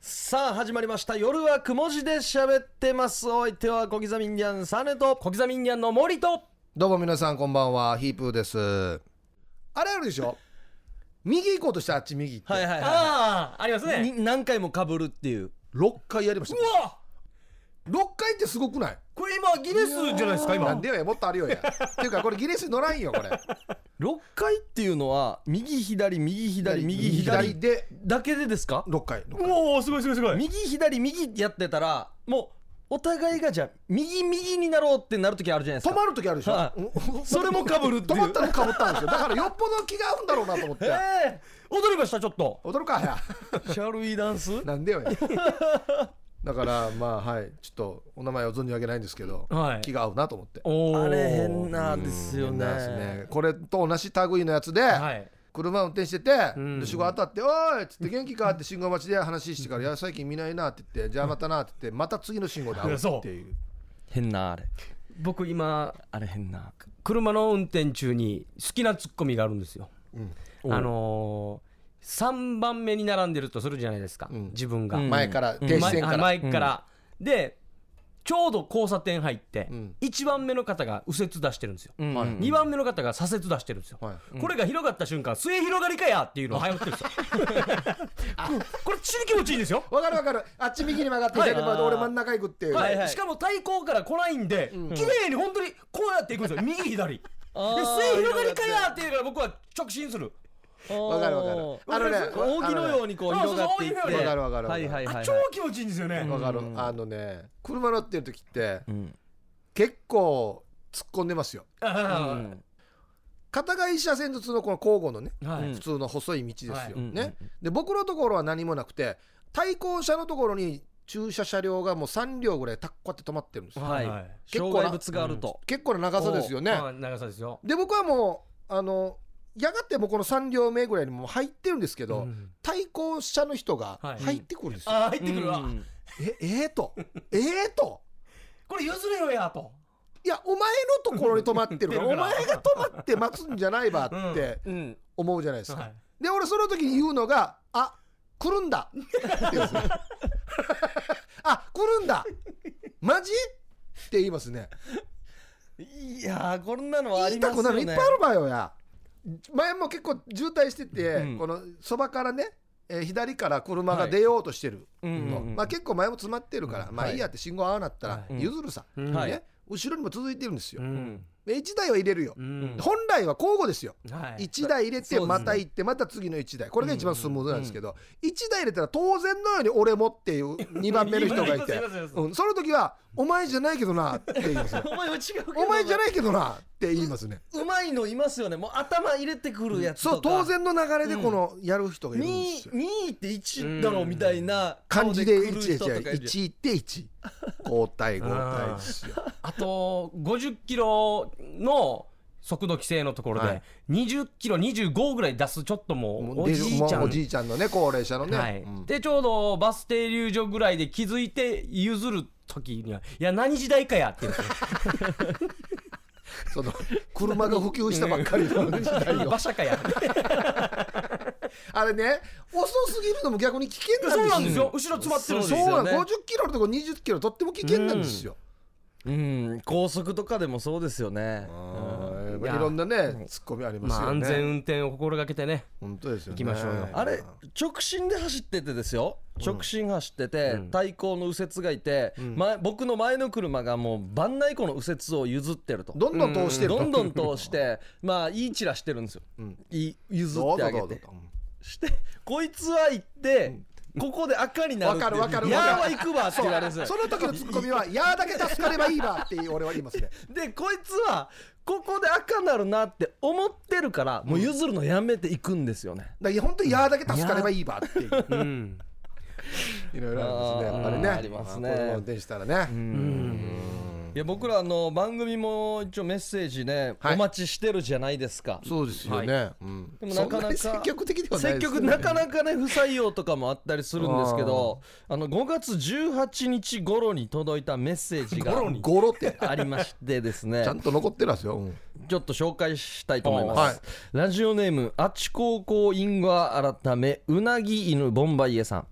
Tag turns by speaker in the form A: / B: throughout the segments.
A: さあ始まりました夜はくも字で喋ってますお相手は小刻みインディアンサネと
B: 小刻みインディアンの森と
C: どうも皆さんこんばんはヒープーですあれあるでしょ右行こうとしてあっち右行って、
A: はいはいは
B: あああります
A: いに何回もかぶるっていう
C: 6回やりました
B: うわ
C: 6回ってすごくない
B: これ今ギネスじゃないですか
C: なんでよやもっとあ るよやっていうかこれギネスに乗らんよこれ
A: 6回っていうのは右左右 左右左
C: 左で
A: だけでですか
C: 6回六回
B: おおすごいすごいすごい
A: 右左右やってたらもうお互いがじゃあ右右になろうってなる時あるじゃないです
C: 止
A: か
C: まる時あるでしょ、
A: はい
C: うん
A: それも被るってい
C: 止
A: う
C: まったのかぶったんですよだからよっぽど気が合うんだろうなと思って
A: え
B: 踊りましたちょっと
C: 踊る かや
A: ー、シャルイダンス
C: なんでよやだからまあはいちょっとお名前を存じ上げないんですけど、
B: はい
C: 気が合うなと思って
B: お
A: あれ変なですよね
C: なんですねこれと同じ類のやつで、
B: はい
C: 車運転してて、
B: うん
C: で信号当たって「おい!」っつって「元気か?」って信号待ちで話してから「いや最近見ないな」って言って「じゃあまたな」って言ってまた次の信号で会うっていう
A: 変なあれ
B: 僕今
A: あれ変な
B: 車の運転中に好きなツッコミがあるんですよ
A: おう
B: あのー、3番目に並んでるとするじゃないですか、
C: うん
B: 自分が、
A: うん
C: 前から停
B: 前
C: 止線から、
B: 前から、でちょうど交差点入って、
C: うん
B: 一1番目の方が右折出してるんですよ、
A: うん
C: はい
B: 2番目の方が左折出してるんですよ、
C: はい
B: これが広がった瞬間末広がりかやっていうのを流行ってるんですよ これ死に気持ちいいんですよ
C: わかるわかるあっち右に曲がって左に曲がって
A: はい
C: 俺真ん中行くっていう、
B: はい
A: はい
B: しかも対向から来ないんで、綺麗に本当にこうやっていく んですよ右左で
A: あー
B: 末広がりかやっていうから僕は直進する
A: わ
C: わかるわかる
A: あ
C: あ
A: の
C: の
A: ね
C: ね、
A: 扇のようにこう
B: あのね
A: 広がっていって。
B: そうそう扇のよう
C: わ
B: に
C: かるわかるわかる
A: はいはいはいは
B: あ
A: い。
B: 超気持ちいいんですよね、
C: わかる、
A: うん
C: あのね車乗ってる時って
A: うん。
C: 結構突っ込んでますよ
B: あ
A: うん
C: 片側一車線ずつのこの交互のね
B: ーはい、
A: うん
C: 普通の細い道です
B: はい
C: よ、
A: うん
C: ね、で僕のところは何もなくて対向車のところに駐車車両がもう3両ぐらいたっこって止まってるんですよ
A: はい
B: はい。
A: 障害物があると。
C: 結構な長さですよね
B: まあ長さですよ
C: で僕はもうあのやがてもうこの3両目ぐらいにもう入ってるんですけど、
B: うん
C: 対向車の人が
B: はい
C: 入ってくるんですよ、
B: あー入ってくるわ、
A: うん
C: ええー、とええと
B: これ譲れよやと
C: いやお前のところに止まってるから
B: 出
C: お
B: るから
C: 前が止まって待つんじゃないわって
A: うん。
C: 思うじゃないですか、
B: はい
C: で俺その時に言うのが「あ来るんだ」って言うんです よあ来るんだマジ?」って言いますね
A: いやーこんなのはあ
C: 言
A: り
C: い
A: ま
C: た
A: す
C: くな
A: よ
C: るいっぱい
A: ね
C: あ。るわよや前も結構渋滞してて、
A: うん
C: このそばからね、えー左から車が出ようとしてる
A: うん
C: の、
A: うんうん
C: まあ、結構前も詰まってるから、まあいいやって信号合わなったら
B: はい
C: 譲るさ、
B: うん
A: はい
C: ね、後ろにも続いてるんですよ、
B: ん
C: で1台は入れるよ、
B: うん
C: 本来は交互ですよ
B: はい
C: 1台入れ
A: そうで
C: て
A: すね
C: また行ってまた次の1台これが一番スムーズなんですけど1台入れたら当然のように俺もっていう2番目の人がいて
B: ますますます
C: うんその時は「お前じゃないけどな」って言います
A: お前は違うけど。
C: お前じゃ
A: い。
C: ないけどな」って言いますね
A: うまいのいますよね。もう頭入れてくるやつとか。
C: そう当。然の流れでこのやる人がいるんで
A: 二
C: すよ
A: 二って一だろうみたいな
C: 漢
A: 顔
C: 字
A: で
C: で
A: 来る
C: 1
A: 人とかい
C: 一
A: るじ
C: 一って1交代交代ですよ
B: あと50キロの速度規制のところ
C: は
B: で
C: い
B: 20キロ25ぐらい出すちょっともうおじいちゃ
C: もうんおじいちゃんのね高齢者のね、
B: はい
C: うん
B: でちょうどバス停留所ぐらいで気づいて譲る時には「いや何時代かや」って言うん ですよ
C: その車が普及したばっかりの時代を
B: 馬車かや
C: あれね遅すぎるのも逆に危険なんですよ
B: そうなんですよ後ろ詰まってる
A: そ
B: し
A: う
C: そう
A: ですよ
C: な
A: ね
C: の、50キロのとこ20キロとっても危険なんです
A: ゃ
C: よ。
A: ん。うん。高速とかでもそうですよね。
C: うん
B: いや
C: いろんなね、ツッコミあります
B: まあ
C: よ
B: 安全
C: ね。
B: 運転を心がけてね
C: 本当ですよね。
B: 行きましょうよ
A: あれ直進で走っててですよ直進走ってて、対向の右折がいて、前僕の前の車がもう番内湖の右折を譲ってると
C: どんどん通してると。
A: どんどん通 してまあいいチラしてるんですよ、いい譲
C: ど
A: っ
C: う
A: てあ
C: ぞ
A: げ
C: どうぞ
A: て。してこいつは行って、ここで赤になるって
C: わかるわかる
A: いやーは行くわって言われるんですよ
C: その時のツッコミは、いやーだけ助かればいいわって俺は言いますね。
A: でこいつはここで赤になるなって思ってるからもう譲るのやめていくんですよね、
C: だから本当にやーだけ助かればいいわっていう。
B: うん
C: いろいろありますね、やっぱり
A: う
C: ね。
A: んありますね
C: この運転したらね。
A: いや僕らあの番組も一応メッセージね、
C: はい
A: お待ちしてるじゃないですか
C: そうですよね。うん
A: でもな
C: そん
A: かな
C: な
A: か
C: に積極的ではない
A: 積
C: です
A: 極
C: よね
A: なかなかね不採用とかもあったりするんですけどあの5月18日頃に届いたメッセージが
B: 頃に
C: ゴロって。
A: ありましてですね
C: ちゃんと残ってるんですよ。うん
A: ちょっと紹介したいと思います、
C: はい
A: ラジオネームあち高校インゴア改めうなぎ犬ボンバイエさん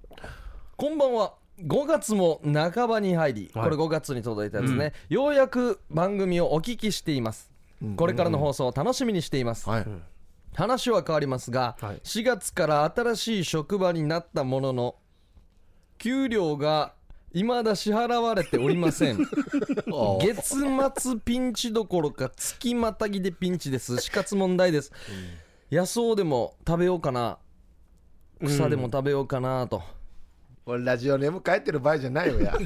A: こんばんは5月も半ばに入り、
B: はい
A: これ5月に届いたやつね、ようやく番組をお聞きしています、これからの放送を楽しみにしています、
C: はい
A: 話は変わりますが、
B: はい
A: 4月から新しい職場になったものの給料が未だ支払われておりま せん月末ピンチどころか月またぎでピンチです死活問題です、野草でも食べようかな草でも食べようかなと、
C: これラジオネーム書いてる場合じゃない よや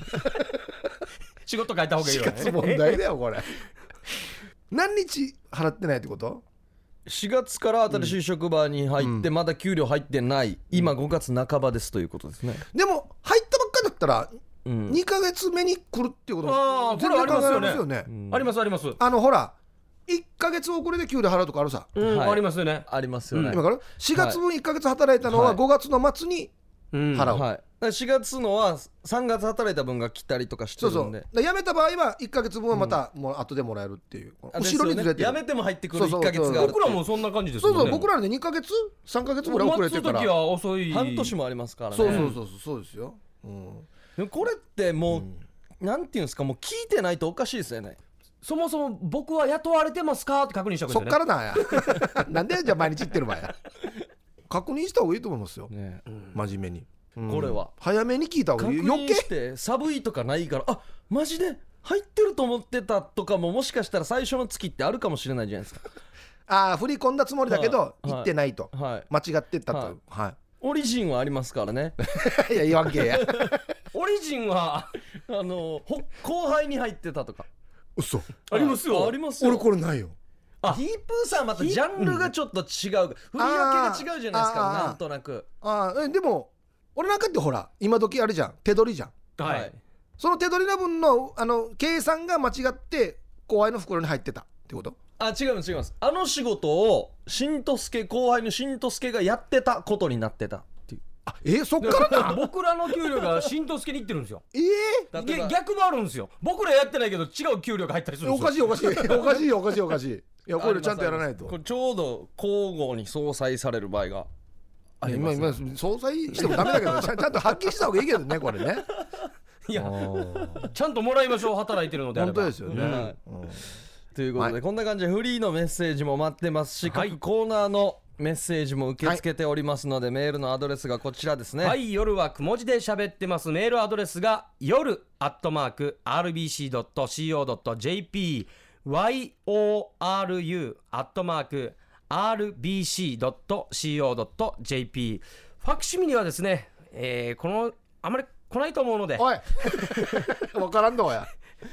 B: 仕事変えた方がいい
C: 死
B: よ、
C: 活問題だよこれ何日払ってないってこと
A: 4月から新しい職場に入ってまだ給料入ってない、今5月半ばですということですね、
C: でも入ったばっかだったら
A: うん
C: 2か月目に来るっていうこと
B: あーこれはありますよね
C: 全然考えられま
A: うん
B: ありますあります
C: あのほら1か月遅れで給料払うとかあるさ
B: うん、
A: はい
B: ありますよね
A: ありますよね、
B: うん
C: 今から4月分1か月働いたのは
A: はい
C: 5月の末に
B: うん
C: 払う
A: はい、だから4月のは3月働いた分が来たりとかして
C: そうそ
A: るん
C: う
A: で
C: だから辞めた場合は1か月分はまたもう後でもらえるっていう
A: あです
C: 後ろにずれて
A: よ
C: る
A: ねやめても入ってくる
C: そうそ
A: 1
C: う
A: ヶ月がある
B: 僕らもそんな感じです
C: そ
B: も
C: うん
B: ね
C: そう僕らね2か月3か月ぐらい遅れてるから
B: 待つ時は遅い
A: 半年もありますからね
C: そうそうそうそうそうですよ、うん、
A: でもこれってもう、なんていうんですかもう聞いてないとおかしいですよね
B: そもそも僕は雇われてますかって確認した
C: そ
B: こ
C: っ
B: とで
C: か
B: すよね
C: らなんやなんでじゃあ毎日行ってる場合や確認した方がいいと思いますよ
A: ね
C: 真面目に、うん
A: これは
C: 早めに聞いた方が
A: 確
C: いい余
A: 認
C: 計
A: して寒いとかないからあマジで入ってると思ってたとかももしかしたら最初の月ってあるかもしれないじゃないです か
C: ああ振り込んだつもりだけど、
A: はい
C: 行ってないと、
A: はい
C: 間違ってったと
A: はい
C: は
A: オリジンはありますからね
C: い、い、 や言わんけや
B: オリジンは
A: あのほ後輩に入ってたとか
C: 嘘
B: あります
A: あ
B: よ
A: ありますよ
C: 俺これないよ
A: あヒープーさんはまた
B: ヒー
A: ジャンルがちょっと違う、振り分けが違うじゃないです
C: あーあ
A: か
C: ー
A: なんとなく
C: ああでも俺なんかってほら今時あれじゃん手取りじゃん
B: はい
C: その手取りの分のあの計算が間違って後輩の袋に入ってたってこと
A: あ違います違いますあの仕事を新とすけ後輩の新とすけがやってたことになってたっていう
C: あえー、そっからな
B: 僕らの給料が新藤助にいってるんですよ
C: ええ
A: 例えば
B: げ逆もあるんですよ僕らやってないけど違う給料が入ったりするん
C: お
B: ですよ
C: かしいおか しいおかしいおかしいおかしいいやこ
A: あり
C: れ
A: ます
C: ちゃんとやらないと
A: これちょうど交互に相殺される場合がありま
C: 今
A: す
C: 今総裁してもダメだけどちゃんちゃんと発揮した方がいいけど ねこれね
B: いやちゃんともらいましょう働いてるのであれ
C: 本
B: ば
C: 当ですよね、
A: はい
C: うん
A: ということで、
C: は
A: こんな感じでフリーのメッセージも待ってますし、
B: はい
A: 各コーナーのメッセージも受け付けておりますので、メールのアドレスがこちらですね、
B: はい夜はくも字で喋ってますメールアドレスが夜アットマーク RBC.CO.JP YORU アットマーク RBC.CO.JP ファクシミリはですね、えーこのあまり来ないと思うので
C: おいわからんどや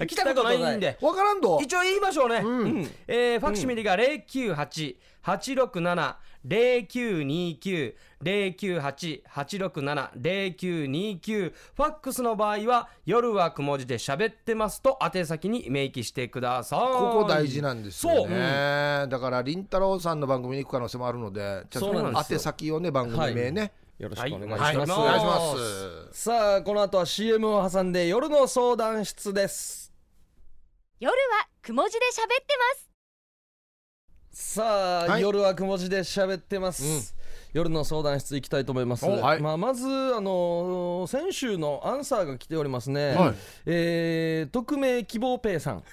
B: 来たことないんで
C: わからんど
B: 一応言いましょうね、うんえーファクシミリが09886709290988670929ファックスの場合は夜はくも字で喋ってますと宛先に明記してください
C: ここ大事なんですよ
B: そううん
C: ね、だからりんたろーさんの番組に行く可能性もあるのでちゃん
A: そうなんで
C: と
A: すよ
C: 宛先をね番組名ね、
A: よろしくお願いします、
B: はいはい
C: お願いします、
A: さあこの後は CM を挟んで夜の相談室です
D: 夜はくも字で喋ってます
A: さあ、
C: はい
A: 夜はくも字で喋ってます、夜の相談室行きたいと思います、
C: おはい
A: まあ、まず、あのー先週のアンサーが来ておりますね、
C: はい
A: えー匿名希望ペイさん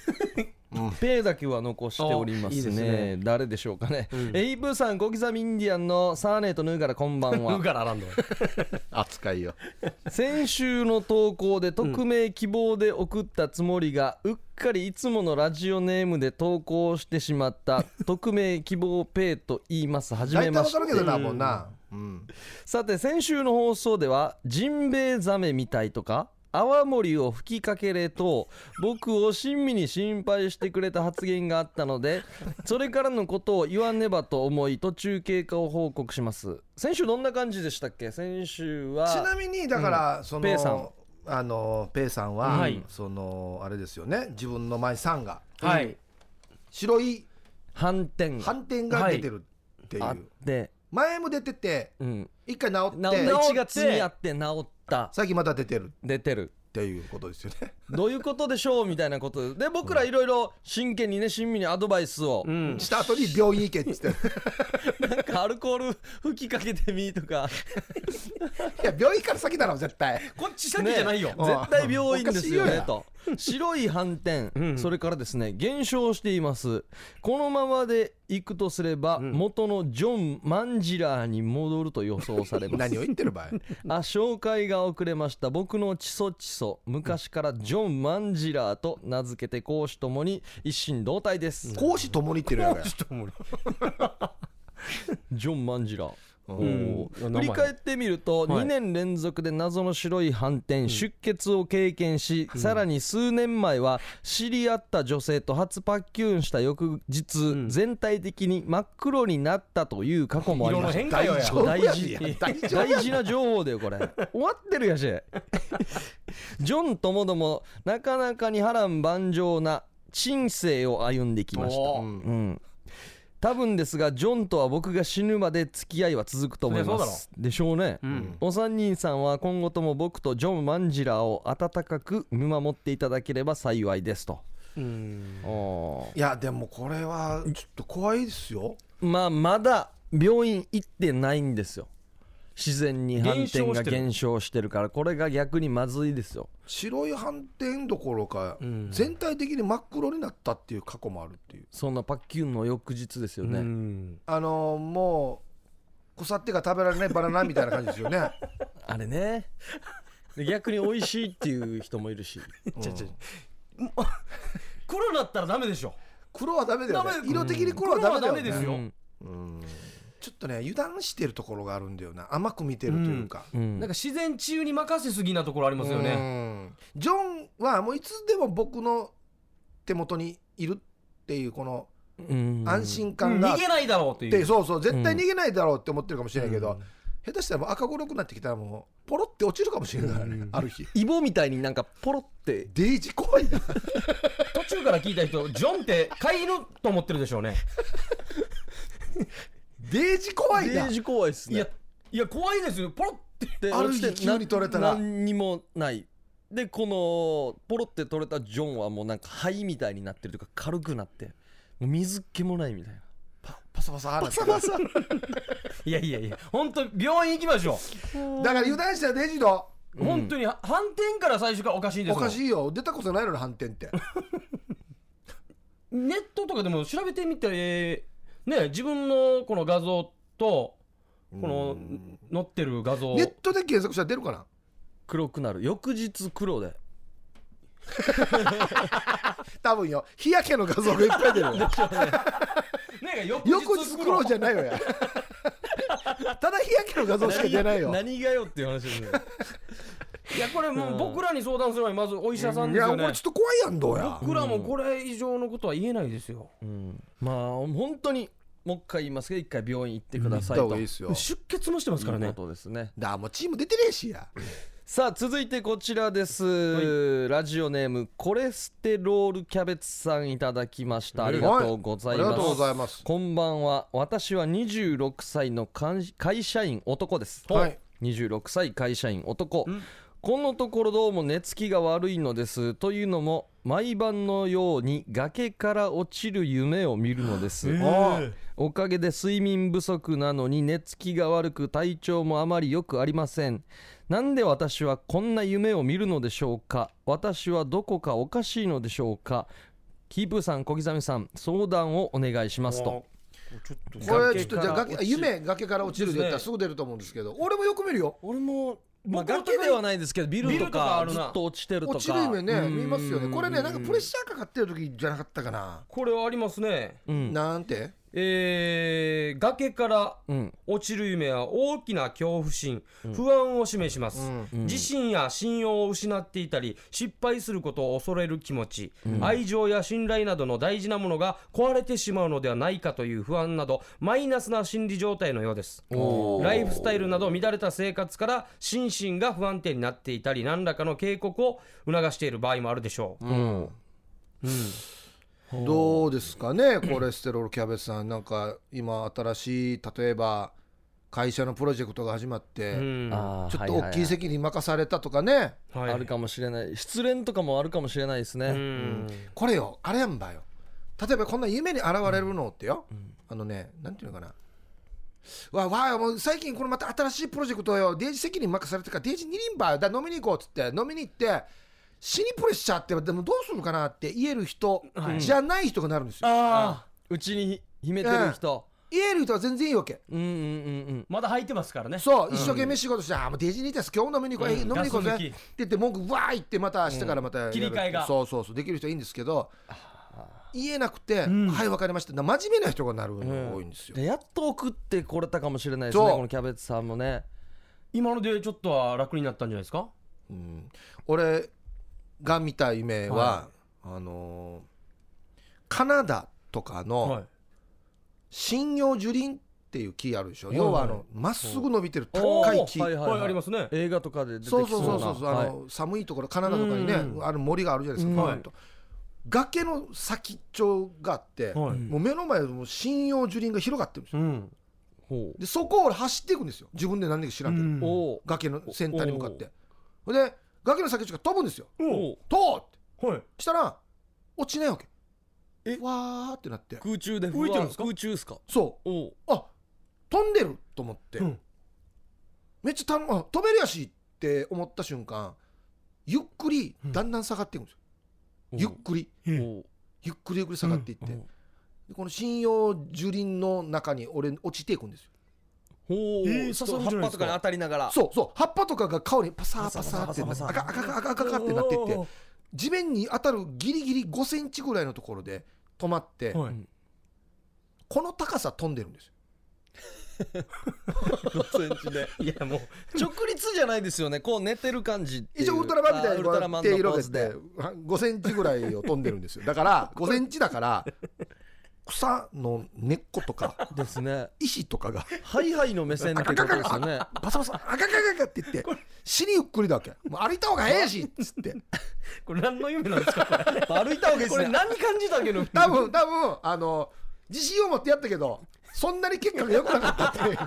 A: ペイだけは残しておりますね
B: あいいですね
A: 誰でしょうかね、エイブーさん小刻みインディアンのサーネーとヌーガラこんばん
B: う
A: は
B: んからあらんの
C: 扱いよ
A: 先週の投稿で匿名希望で送ったつもりが、うっかりいつものラジオネームで投稿してしまった 匿名希望ペイと言いますはじめ
C: 大体
A: ま
C: わ
A: し
C: か
A: て
C: るけどなもうな、うん、
A: さて先週の放送ではジンベエザメみたいとか泡盛を吹きかけれと僕を親身に心配してくれた発言があったのでそれからのことを言わねばと思い途中経過を報告します先週どんな感じでしたっけ先週
C: ちな
A: は
C: みにだから、その
A: ペイさん
C: あのペイさんは、
B: はい
C: そのあれですよね自分の前さんが
B: はい
C: 白い
A: 反転が
C: 斑点が出てるっていう、
A: あって、
C: 前も出てて
A: うん、
C: 一回治って
A: なお
B: 治っ
A: 1月にあって治った
C: 最近また出てる
A: 出てる
C: っていうことですよね。
A: どういうことでしょうみたいなことで僕らいろいろ真剣にね親身にアドバイスを、
B: うん
C: した後に病院行けって言って。い
A: なんかアルコール 吹きかけてみとか
C: や、病院から先だろ、絶対。
B: こっち先じゃないよ、
C: ね
A: 絶対病院ですよ
C: お
A: ね
C: かしい
A: と白い斑点、
B: うん
A: それからですね減少していますこのままでいくとすれば、
B: ん
A: 元のジョン・マンジラーに戻ると予想されます
C: 何を言ってる場合。
A: あ紹介が遅れました僕のチソチソ昔からジョン・マンジラーと名付けて公私ともに一心同体です、
C: 講師ともに言ってるやんか。
A: ジョン・マンジラー
B: うん
A: おー振り返ってみると
B: はい
A: 2年連続で謎の白い斑点出血を経験しさらに数年前は知り合った女性と初パッキューンした翌日
B: ん
A: 全体的に真っ黒になったという過去もあり
B: 色
A: ま
B: の
A: した
B: 変化
C: 大
B: よや
C: 丈夫や
A: 大事
C: いや大丈夫
A: 大事な情報だよこれ終わってるや しジョンともどもなかなかに波乱万丈な人生を歩んできました
B: おー
A: うん多分ですがジョンとは僕が死ぬまで付き合いは続くと思い
B: そりゃ
A: ま
B: そうだろ
A: すでしょうね、
B: うん
A: お三人さんは今後とも僕とジョン・マンジラーを温かく見守っていただければ幸いですと
B: うん
A: おー
C: いや、でもこれはちょっと怖いですよ。
A: まあまだ病院行ってないんですよ自然に斑点が
B: 減少してる
A: 減少してるからこれが逆にまずいですよ
C: 白い斑点どころか、
B: ん
C: 全体的に真っ黒になったっていう過去もあるっていう。
A: そんなパッキュンの翌日ですよね、
B: うん
C: あのーもう、腐ってが食べられないバナナみたいな感じですよね。
A: あれねで逆に美味しいっていう人もいるし
B: ちょちょもう黒だったらダメでしょ
C: 黒はダメだよ、ね
B: ダメ。
C: 色的に黒はダメだよ、ね。
B: 黒はダメですよ
A: うん
C: ちょっとね、油断してるところがあるんだよな。甘く見てるというか。
A: うん
B: なんか自然治癒に任せすぎなところありますよね
C: うんジョンはもういつでも僕の手元にいるっていうこの
A: うん
C: 安心感があっ
B: 逃
C: て
B: げ、ないだろうという
C: そうそう絶対逃げないだろうって思ってるかもしれないけど、下手したらもう赤黒くなってきたらもうポロって落ちるかもしれないからね、ある日
A: イボみたいになんかポロって
C: デイジ怖いな
B: 途中から聞いた人ジョンって飼い犬と思ってるでしょうね
C: デイジ怖い
A: デ
C: な
A: ージ怖いっす
B: い
A: ね
B: やいや怖いですよポロって
A: で
C: ある日
A: 落ちて
C: 急に取れた
A: な
C: ら
A: 何にもないでこのポロって取れたジョンはもうなんか灰みたいになってるというか軽くなってもう水気もないみたいな
C: パサパサパサパサ
B: いやいやいや本当病院行きましょ
C: だから油断したらデイジの
B: う本当に反転から最初からおかしいんで
C: お
B: すもん
C: かしいよ出たことないのに反転って
B: ネットとかでも調べてみて、えーね、自分のこの画像とこの載ってる画像
C: ネットで検索したら出るかな
A: 黒くなる翌日黒で
C: 多分よ日焼けの画像がいっぱい出る よ
B: ね翌
C: 横に
B: 日
C: 作ろうじゃないよや ただ日焼けの画像しか出ないよ
A: 何がよっていう話です よ
B: いやこれもう僕らに相談する前にまずお医者さん
C: い
B: です
C: や
B: よ
C: こ
B: ね
C: れちょっと怖いやんどうや
B: 僕らもこれ以上のことは言えないですよ
A: うんまあ本当にもう一回言いますけど一回病院行ってくだ
C: 行
A: さ
C: っ
A: い
C: た
A: と、
C: 方がいいですよ
B: 出血もしてますから
A: い
B: ね
A: うことですね
C: だからもうチーム出てねえしや
A: さあ続いてこちらです、ラジオネームコレステロールキャベツさんいただきましたありがとうござ
C: あ
A: い
C: り
A: ます、
C: がとうございます
A: こんばんは私は26歳の会会社員男です、
C: はい
A: 26歳会社員男このところどうも寝つきが悪いのですというのも毎晩のように崖から落ちる夢を見るのです、
C: ああ
A: おかげで睡眠不足なのに寝つきが悪く体調もあまり良くありませんなんで私はこんな夢を見るのでしょうか私はどこかおかしいのでしょうかキープーさん小刻みさん相談をお願いしますと
C: これちょっとじゃあ
B: 崖から落
C: 崖
B: ち
C: 夢崖から落ちるって言った
B: で
C: ら
B: すね
C: すぐ出ると思うんですけど俺もよく見るよ
A: 俺も、まあ、
B: 僕の
A: 崖ではないですけどビル
B: ビル
A: と
B: とかあ
A: か
B: る
A: ず
B: な
A: っと落ちてるとか
C: 落ちる夢ね
B: うん
C: 見ますよねこれねなんかプレッシャーかかってる時じゃなかったかな
B: これはありますね
A: うん
C: なんて
B: えー、崖から
A: うん
B: 落ちる夢は大きな恐怖心、不安を示します、自信や信用を失っていたり失敗することを恐れる気持ち、愛情や信頼などの大事なものが壊れてしまうのではないかという不安などマイナスな心理状態のようですライフスタイルなど乱れた生活から心身が不安定になっていたり何らかの警告を促している場合もあるでしょう、
C: どうですかねコレステロールキャベツさんなんか今新しい例えば会社のプロジェクトが始まって、
E: うんは
A: あー
C: ちょっ
A: はい
C: と
A: はいは
C: 大きい責任任されたとかね、
E: い
A: あるかもしれない失恋とかもあるかもしれないですね、
E: うん
C: これよあれやんばよ例えばこんな夢に現れるのってよ、あのねなんていうのかなわわあもう最近これまた新しいプロジェクトよデージ責任任されてるからデージ二輪ばだ飲みに行こうっつって飲みに行って死にプレッシャーってでもどうするかなって言える人じゃない人がなるんですよ、
B: ああ
A: うちに秘めてる人、
C: 言える人は全然いいわけ
A: うん、うんうんうん
B: まだ入ってますからね
C: そう、一生懸命仕事して、あーもうデージにいたす、今日飲みに行こう、え飲みに行こうぜ
B: ガ
C: っ
B: ス抜き
C: て言って、文句わーいって、また明日からまたやる
B: 切り替えが
C: そうそうそう、できる人はいいんですけど、言えなくて、
B: ん
C: はい、わかりました、な真面目な人がなるのが多いんですよ。
A: でやっと送ってこれたかもしれないですね
C: そう
A: このキャベツさんもね
E: 今のでちょっとは楽になったんじゃないですか
C: うん俺が見た夢は、
E: は
C: あのーカナダとかの
E: は
C: 針葉樹林っていう木あるでしょ、
E: はいはい
C: 要はあのまっすぐ伸びてる
A: お
C: 高
A: ー
C: い木。
A: はい
E: い
A: はい
E: は
A: はいい
E: ありますね
A: 映画とかで出てきそう
C: そう
A: な
C: そうそうそうそう、
A: はい
C: あの寒いところカナダとかにね、
E: うん
C: あの森があるじゃないですか、
A: うん
C: ポンと崖の先っちょがあって、
E: はい
A: ん
C: もう目の前でもう針葉樹林が広がってるんですよ
E: うん
A: ほ
C: でそこを俺走っていくんですよ自分で何でか知らんけど、
A: うおう
C: 崖の先端に向かってほんで崖の先っちょが飛ぶんですよ
E: お
C: 「とう!」って
E: はい
C: したら落ちないわけ
A: え
C: わーってなって
A: 空中で
E: 浮いてるんですか
A: 空中っすか
C: そ
A: おう
C: うあ飛んでると思って、
E: うん
C: めっちゃたのあ飛べるやしって思った瞬間ゆっくりだんだん下がっていくんですよ、ゆっくり
A: お
E: え
A: う
C: ゆっくりゆっくり下がっていって、でこの針葉樹林の中に俺落ちていくんですよ
A: ほう
E: えー
A: ちょっと
E: 誘うんじ
A: 葉っ
E: ゃないで
A: ぱ
E: す
A: と
E: か
A: かに当たりながら
C: そうそう葉っぱとかが顔にパサーパ
A: パ
C: サ
A: サ
C: ーって
A: パサパサ
C: 赤赤赤赤赤赤ってなってって地面に当たるギリギリ5センチぐらいのところで止まって、
E: はい
C: この高さ飛んでるんですよ
A: 5センチで
E: いやもう
A: 直立じゃないですよねこう寝てる感じっていう
C: 一応ウルトラマンみたい
A: あー
C: に
A: ウル
C: こう
A: トラマン
C: 手
A: のポ
C: 広
A: ー
C: げ
A: ズ
C: て
A: で
C: 5センチぐらいを飛んでるんですよだから5センチ だから草の根っことか
A: ですね
C: 石とかが
A: ハイハイの目線ってことですよ ね
C: バサバサ赤赤赤って言って死にゆっくりだわけもう歩いた方がええしっつって
E: これ何の夢なんですかこ れ
A: 歩いたわけで
E: こ
A: す
E: れ
A: ね
E: 何感じたっけの
C: 多 分多分あの自信を持ってやったけどそんなに結果が良くなかった っていう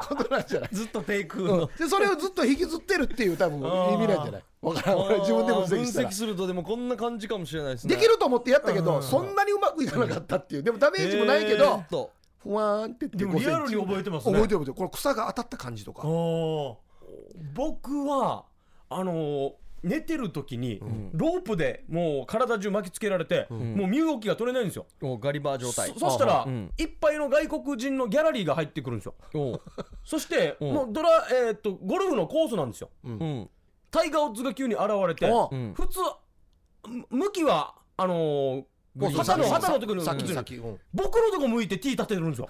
C: ことなんじゃない
E: ずっと低空の
C: でそれをずっと引きずってるっていう多分意味なんじゃないわからん俺自分で分析した
A: 分
C: ら
A: 析するとでもこんな感じかもしれないですね
C: できると思ってやったけどそんなにうまくいかなかったっていうでもダメージもないけ
A: ちょ
C: ど
A: っと
C: ふわーんってって
B: でも
C: 5センチ
B: リアルに覚えてますね
C: 覚えてる覚えてるこの草が当たった感じとか
B: お
E: ー僕はあのー寝てる時にロープでもう体中巻きつけられて、もう身動きが取れないんですよ、
A: もうガリバー状態
E: そそしたら、
A: うん
E: いっぱいの外国人のギャラリーが入ってくるんですよ
A: おう
E: そして、
A: うん
E: もうドラ、えーっとゴルフのコースなんですよ
A: うん
E: タイガー・ウッズが急に現れて、
C: おう
A: うん
E: 普通む向きはあのー
C: そうそう
E: 旗の
C: 先
E: 旗のとこに
C: 先
E: うん
C: 先うん
E: 僕のとこ向いてティー立ててるんですよ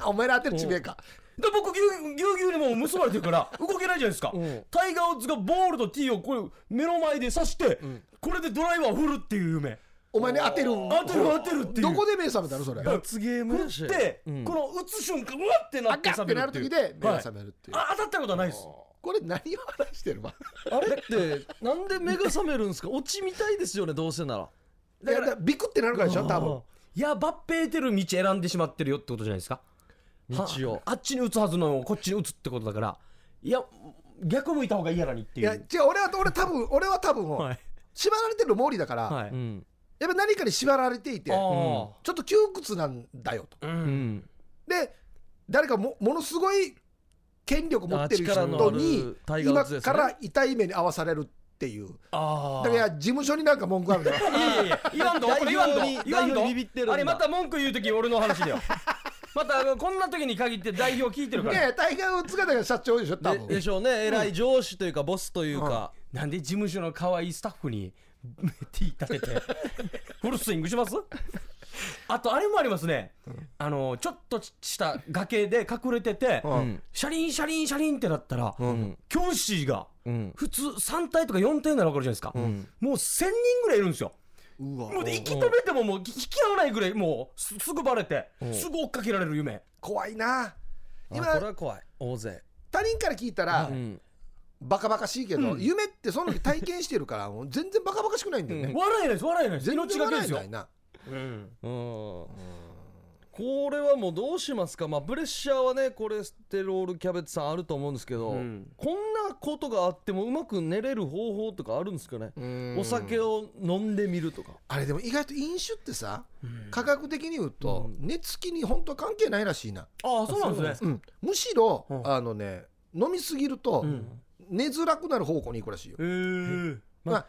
C: あお前ら当てる地名か
E: で僕ぎゅうぎゅうぎゅうにもう結ばれてるから 動けないじゃないですか、
A: うん
E: タイガー・ウッズがボールとティーをこう目の前で刺して、これでドライバーを振るっていう夢
C: お前に当てる
E: 当てる当てるっていう
C: どこで目覚めたのそれ
A: 罰ゲームやし
E: で、
A: うん
E: この打つ瞬間うわってな
C: あ
E: っ
C: か
E: て
C: っ
E: 覚
C: て
E: める
C: なる
E: っていう
C: 時で目が
E: はい
C: 覚めるっていう
E: あ当たったことはないです
C: これ何を話してるわ
A: あれってなんで目が覚めるんですかオチみたいですよねどうせなら
C: いやだからビクってなるからでしょ多分
E: いやバッペーてる道選んでしまってるよってことじゃないですか
A: 道を
E: はあっちに打つはずのをこっちに打つってことだからいや逆向いた方がいいやなにって
C: い
E: いう
C: や違う俺は俺多分俺は多分
E: はい
C: 縛られてる毛利だから
E: は
C: やっ
E: い、
A: うん
C: ぱ何かに縛られていてち
E: あ
C: ょ
E: ー
C: っと窮屈なんだよと
E: う
A: うんん
C: で誰かもものすごい権力持ってる
A: あ
C: 人
A: 力のある
C: に
A: タイガー・ウ
C: 今
A: ッズです
C: か
A: ね
C: ら痛い目に遭わされるっていう
E: あ
C: だからいや事務所になんか文句あるんだよ
E: いやいやいや言わんとこれ言わんと
A: 代表に
E: 言わんと
A: 代表にビビってるんだ
E: あれまた文句言う時俺の話 だよまたあのこんな時に限って代表聞いてるから
C: ねえタイガー・ウッズがだから社長でしょ多
A: でで
C: 分
A: しょうね偉い上司というかボスというか
E: なんで事務所の可愛いスタッフにティー立てて フルスイングしますあとあれもありますね、あのちょっとした崖で隠れてて、
C: うん
A: うん
E: シャリンシャリンシャリンってなったら、
A: ん
E: キョンシーが
A: うん
E: 普通3体とか4体なら分かるじゃないですか、もう1000人ぐらいいるんですよ
C: うわ
E: もうで息止めてももう引き合わないぐらいもうすすぐバレてすぐ追っかけられる夢
C: 怖いな
A: あ
C: 今
A: これは怖い大勢
C: 他人から聞いたら
A: うん
C: バカバカしいけど夢ってその時体験してるからもう全然バカバカしくないんだよね
E: 笑えないです笑えないです
C: 全
E: 命
C: 然
E: がけで
C: 笑え
E: すよ
C: ないな
E: うん
A: うんこれはもうどうしますか、まあ、プレッシャーはねコレステロールキャベツさんあると思うんですけど、
B: うん
A: こんなことがあってもうまく寝れる方法とかあるんですかね、
C: うん
A: お酒を飲んでみるとか
C: あれでも意外と飲酒ってさ、科学的に言うと、寝つきに本当は関係ないらしいな、
B: ああそうなんですね
C: うん、むしろ、
B: うん
C: あのね飲みすぎると、
B: うん
C: 寝づらくなる方向に行くらしいよ、
B: へえ
C: まあ、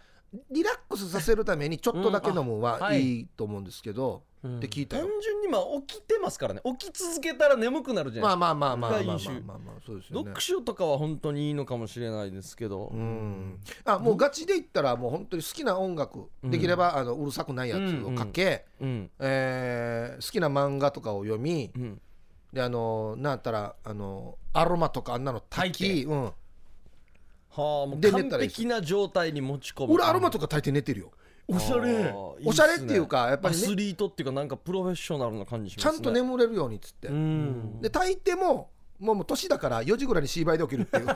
C: リラックスさせるためにちょっとだけ飲む
B: うんあ
C: は
B: はい
C: いいと思うんですけど、
B: うん
C: って聞いた
A: 単
C: よ、
A: 純にまあ起きてますからね起き続けたら眠くなるじゃない
C: ま
A: で
C: あまあまあまあまあまあ
A: が
C: まあ
A: 飲酒
C: まあまあそうです
A: すか、
C: よね
A: 読書とかは本当にいいのかもしれないですけど、
C: うん、あもうガチで言ったらもう本当に好きな音楽、
A: うん
C: できればあのうるさくないやつをかけ、
A: うん
C: えー好きな漫画とかを読み、
A: うん
C: であのなんやったらあのアロマとかあんなの炊
B: 炊
C: き、うん、
A: はあもう
C: で寝
A: 完
C: たらいいです
A: 璧な状態に持ち込む
C: 俺アロマとか炊いて寝てるよ
B: おしゃ
A: あ
B: れ
A: ー
C: おしゃれっていうかやっぱりね
A: アスリートっていうかなんかプロフェッショナルな感じし
C: ち
A: ま
C: ゃ
A: すね
C: んと眠れるようにっつって、
B: うん
C: で炊いてももうもう年だから4時ぐらいに芝居で起きるっていうも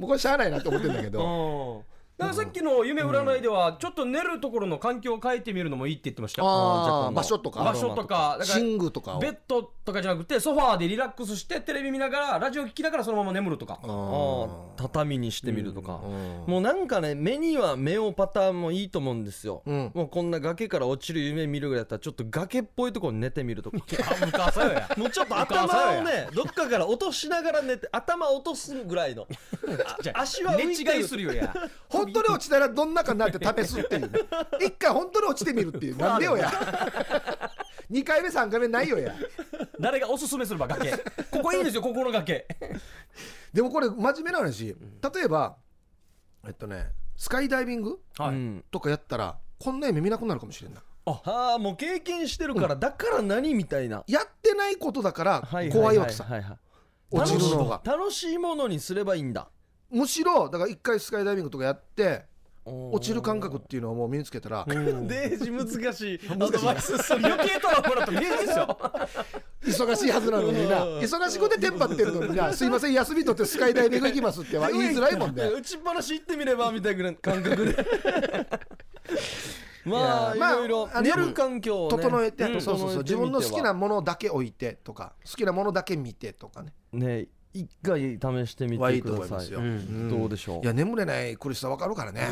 C: うこれしゃあないなって思ってるんだけど
B: うんだからさっきの夢占いではちょっと寝るところの環境を変えてみるのもいいって言ってました
C: あ
A: あ
C: ー
A: ー
C: 場所とか
B: 場所とかだから
C: 寝具とかを
B: ベッドとかじゃなくてソファーでリラックスしてテレビ見ながらラジオ聞きながらそのまま眠るとか
A: あ
C: あ
A: ー畳にしてみるとか、
C: ー
A: もうなんかね目には目をパターンもいいと思うんですよ、
C: うん
A: もうこんな崖から落ちる夢見るぐらいだったらちょっと崖っぽいところに寝てみると か
B: あ昔や
A: もうちょっと頭を ねどっかから落としながら寝て頭落とすぐらいのあ足は
B: 寝
A: 浮いてる
B: 違いするよや
C: 本当に落ちたらどんなかなって試すっていう ね一回本当に落ちてみるっていうなんでよや二回目三回目ないよや
B: 誰がおすすめすれば崖ここいいんですよここの崖
C: でもこれ真面目な話例えばえっとねスカイダイビング
A: う
B: はい
A: ん
C: とかやったらこんな夢見なくなるかもしれんない
A: はあもう経験してるから、だから何みたいな
C: やってないことだから怖いわけさ、
A: はいはい
C: 落ちるのが
A: 楽しいものにすればいいんだ
C: むしろだから一回スカイダイビングとかやって
A: 落
C: 落ちる感覚っていうのをもう身につけたら
A: デージ難しいアドバイスする
B: 余計トラブルだと現実よ
C: 忙しいはずなのにな
A: うん
C: 忙しくてテンパってるのになすいません休み取ってスカイダイビング行きますっては言いづらいもんね
A: 打ちっぱなし行ってみればみたいな感覚でまあ
C: い
A: い
C: やまあ
A: ろいろ
C: あの
A: 寝る環境をね
C: 整えて、
A: うん
C: そうそうそ
A: 整
C: う
A: えてみては
C: 自分の好きなものだけ置いてとか好きなものだけ見てとかね
A: ね一回試してみ
C: はいい
A: て
C: いと
A: く
C: 思
A: だ
C: いま
A: さ
C: す
A: い
C: よ、
A: うんどうでしょう
C: いや眠れない苦しさ分かるからね、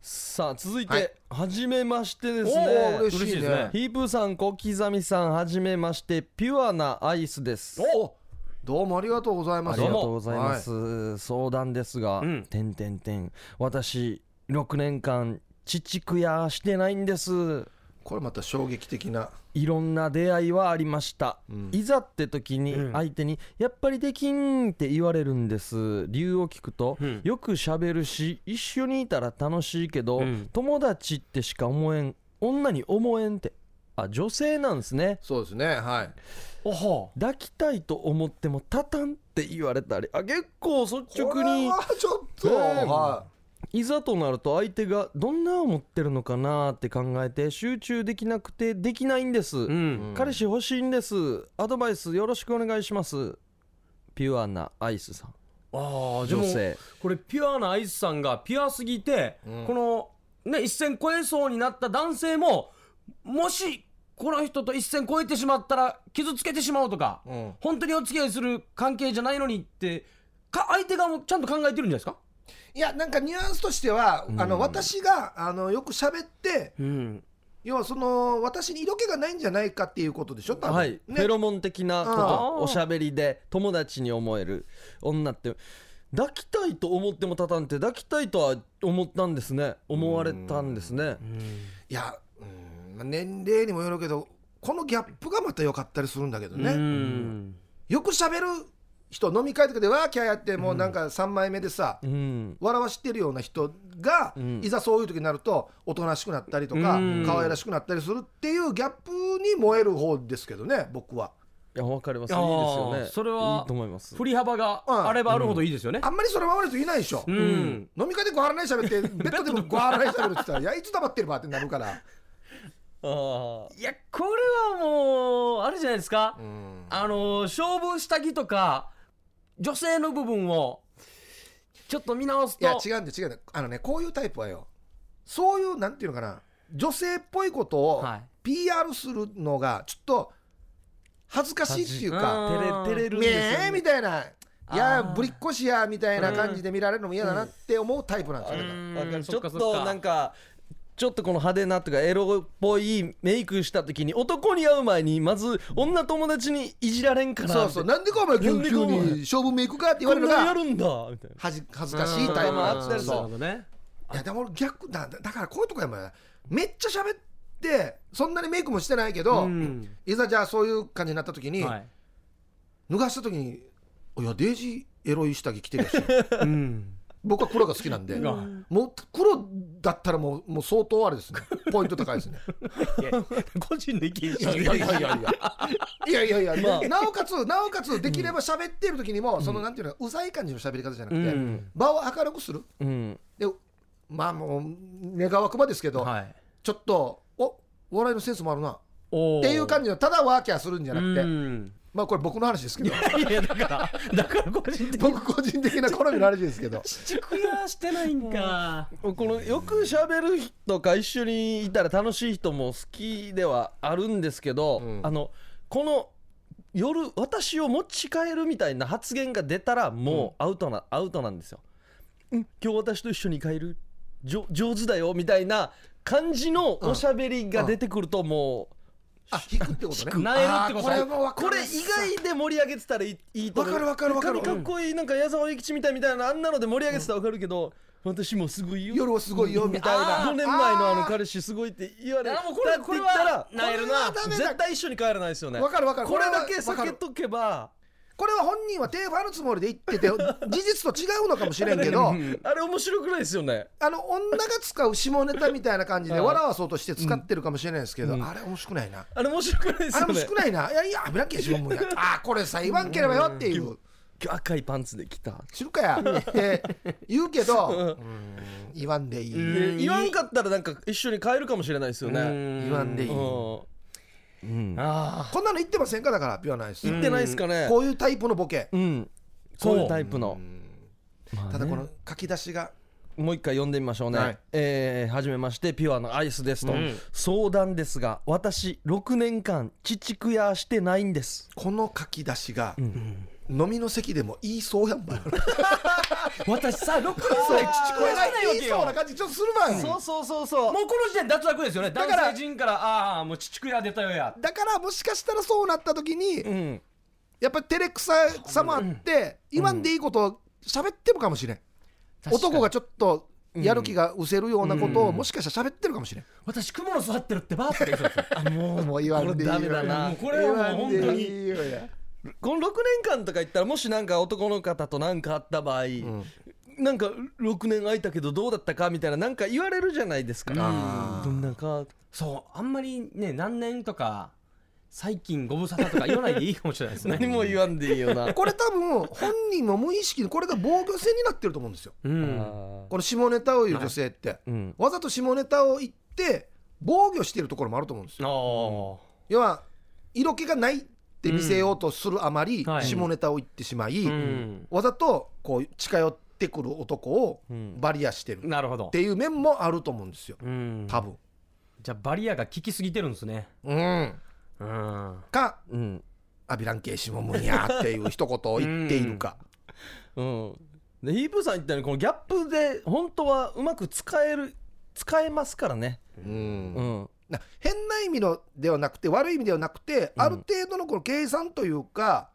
A: さあ続い
C: はい
A: てはじめましてです
C: おお
A: ね
C: 嬉しい
B: 嬉しい
C: ね
B: ですね
A: ヒープーさん小刻みさんはじめましてピュアなアイスです
C: おどうもありがとうございま
A: あ
C: す
A: りがとうございます、
C: は
A: 相談ですが、
B: うん
A: てんてんてん私6年間父親してないんです
C: これまた衝撃的ない
A: ろんな出会いはありました、
C: うん
A: いざって時に
B: うん
A: 相手に「やっぱりできん」って言われるんです理由を聞くと、
B: うん
A: よく喋るし一緒にいたら楽しいけど、
B: うん
A: 友達ってしか思えん女に思えんってあ女性なんですね
C: そうですねはい
B: おは
A: 抱きたいと思っても「タタン」って言われたりあ結構率
C: こ
A: 直
C: れ
A: に
C: はちょっと、
A: うん
C: はい
A: ざとなると相手がどんな思ってるのかなって考えて集中できなくてできないんです、
B: うん
C: ん
A: 彼氏欲しいんですアドバイスよろしくお願いしますピュアなアイスさん
B: ああで
A: 女
B: も
A: 性
B: これピュアなアイスさんがピュアすぎて、このね一線超えそうになった男性ももしこの人と一線超えてしまったら傷つけてしまうとか、
C: うん
B: 本当にお付き合いする関係じゃないのにってか相手側もちゃんと考えてるんじゃないですか、
C: いやなんかニュアンスとしては、あの私があのよく喋って
B: うん、
C: 要はその私に色気がないんじゃないかっていうことでしょ多分
A: はい、フェロモン的なこ
C: あ
B: あ
A: とおしゃべりで友達に思える女って抱きたいと思ってもタタンって抱きたいとは思ったんですね思われたんですね
C: いや、うんまあ、年齢にもよるけどこのギャップがまた良かったりするんだけどね、
B: うん
C: よく喋る人飲み会とかでわーキャーやってもうなんか3枚目でさ、
A: うん
C: 笑わしてるような人が、
A: ん
C: いざそういう時になるとおとなしくなったりとか、
B: うん
C: 可愛らしくなったりするっていうギャップに燃える方ですけどね僕はい
A: やわかりますい
B: い
A: い
B: や
A: です
B: ー
A: よね
B: それはい
A: いと思います
B: 振り幅が
C: うん
B: あればあるほどいいですよね、
C: あんまりそれままの人いないでしょ、
B: うん
C: 飲み会でごはらない喋ってベッドでもごはらない喋るって言ったら「いやいつ黙ってるば」ってなるから
A: ああ
B: いやこれはもうあるじゃないですか、
C: うん
B: あのー勝負下着とか女性の部分をちょっと見直す
C: い
B: と
C: や違うんだよ違うんだよあのねこういうタイプはよそういうなんていうのかな女性っぽいことを
B: はい
C: PR するのがちょっと恥ずかしいっていうか
B: あー
A: 照れ照れるん
C: ね
A: ですよ
C: え
A: ね
C: みたいな
A: あー
C: いやぶりっこしやみたいな感じで見られるのも嫌だなって思うタイプなんですよ、だから
A: わかるちょっ
B: そ
A: と
B: か
A: なんかちょっとこの派手なとかエロっぽいメイクした時に男に会う前にまず女友達にいじられんから
C: そうそう
A: みたい
C: なんでかお前急
A: なんでかお前
C: に勝負メイクかって言わ
A: な
C: れ
A: こ
C: る
A: んなんやるん
C: のが
A: だみたい な
C: 恥ず恥ずかしいタイプ
A: まあ
C: な
A: あ
C: ん
A: っ
C: で
A: たり
C: すよ
A: する
C: そう
A: の
B: ね
C: いやでも俺逆だだだからこういうとこやもんなめっちゃ喋ってそんなにメイクもしてないけど、
B: うん
C: いざじゃあそういう感じになった時に、
B: はい
C: 脱がした時に「いやデイジーエロい下着着てる し
B: うん
C: 僕は黒が好きなんで
B: が
C: もう黒だったらもうもう相当あれですねポイント高いですね
B: いや個人で禁
C: いやい
B: 止
C: やいやいやいやいやいやいや、
A: まあ
C: なおかつなおかつできれば喋ってる時にも、そのなんていうのうざい感じの喋り方じゃなくて、
B: うん
C: 場を明るくする
A: うん
C: でまあもう願わくばですけど、
B: はい
C: ちょっとおお笑いのセンスもあるな
B: お
C: っていう感じのただワーキャーするんじゃなくて、
B: うん
C: まあこれ僕の話ですけど
B: いやいやだからだから個人的に
C: 僕個人的な好みの話ですけど
B: ちくやしてないんか
A: このよく喋る人か一緒にいたら楽しい人も好きではあるんですけど、
C: うん
A: あのこの夜私を持ち帰るみたいな発言が出たらもうアウトな、アウトなんですよ。うん今日私と一緒に帰るじょ上手だよみたいな感じのおしゃべりが出てくるともう、
C: あ引くってことね
B: 萎えるってこと
C: あーこれも分か
A: こ
C: る
A: れ以外で盛り上げてたらいいいいと思う
C: わかるわかるわかる
A: 他にかっこいいなんか矢沢永吉みたいみたいなあんなので盛り上げてたらわかるけど、私もすごいよ
C: 夜はすごいよみたいな
A: 5
B: あ
A: 年前のあの彼氏すごいって言われ
B: あ
A: た
B: ー
A: って
B: もうこれ
A: 言ったら
B: これはなえるな
A: これはダメだ絶対一緒に帰らないですよね
C: わかるわかる
A: これだけ
C: わか
A: 避け
C: る
A: とけば
C: これは本人は手をあるつもりで言ってて事実と違うのかもしれん けど
A: あれ面白くないですよね
C: あの女が使う下ネタみたいな感じで
A: うん
C: 笑わそうとして使ってるかもしれないですけど、あれ面白くないな
A: あれ面白く ないです
C: あれ
A: よ
C: 面
A: ね
C: 白くないないやいや危なきゃ自分もやあーこれさ言わんければよっていう
A: 赤いパンツで来た
C: 知るかやって言うけどうーん言わんでいい、
B: ん
A: で言わんかったらなんか一緒に帰るかもしれないですよね
C: 言わんでいい、
A: うん
C: こ
A: うん
B: あ
C: んなの言ってませんかだからピュアナイス、
A: 言ってないですかね
C: こういうタイプのボケ、
A: うんそういうタイプのまあね
C: ただこの書き出しが
A: もう一回読んでみましょうね、
C: はい
A: えーはじめましてピュアのアイスですと、
B: うん
A: 相談ですが私6年間父くやしてないんです
C: この書き出しが、飲みの席でも言いそうやんばよ。
B: あ私さ6年
C: そうこ
B: 生父子
C: れ
B: やして
C: が
B: ないわ
C: 言い
B: け
C: そうな
B: よ
C: 感じちょっとするわん、
A: そうそうそう
B: もうこの時点で脱落ですよね
C: だ
B: 男
C: から
B: 性陣からああもう父親出たよや
C: だからもしかしたらそうなった時に、
A: うん
C: やっぱり照れくささもあって、言わんでいいことを喋ってるかもしれん、男がちょっとやる気がうせるようなことを、もしかしたら喋ってるかもしれん、
B: 私雲の座ってるってばーって言ってたんですよあも
C: もう言わんでいいよ
A: これダメだな
B: もうこれはもう本当に
C: いいよや
A: この6年間とか言ったらもしなんか男の方と何かあった場合、なんか6年空いたけどどうだったかみたいななんか言われるじゃないですか、どんなか
B: そうあんまりね何年とか最近ご無沙汰とか言わないでいいかもしれないです ね
A: 何も言わんでいいよな
C: これ多分本人も無意識にこれが防御線になってると思うんですよ
B: うん
A: あ
C: この下ネタを言う女性って、
A: ーうん
C: わざと下ネタを言って防御してるところもあると思うんですよ
B: あー
C: 要は色気がないって見せようとするあまり、
B: はい
C: 下ネタを言ってしまい、
B: うん
C: わざとこう近寄ってくる男を
A: うん
C: バリアしてるっ
B: なるほど
C: ていう面もあると思うんですよ
B: うん
C: 多分
B: じゃあバリアが効きすぎてるんですね
C: うん
B: うん
C: か
A: うん
C: アビランケーシモムニャーっていう一言を言っているか
A: うんでヒープさん言ったようにこのギャップで本当はうまく使える使えますからね
C: うん
A: うん
C: な変な意味のではなくて悪い意味ではなくて、ある程度のこの計算というか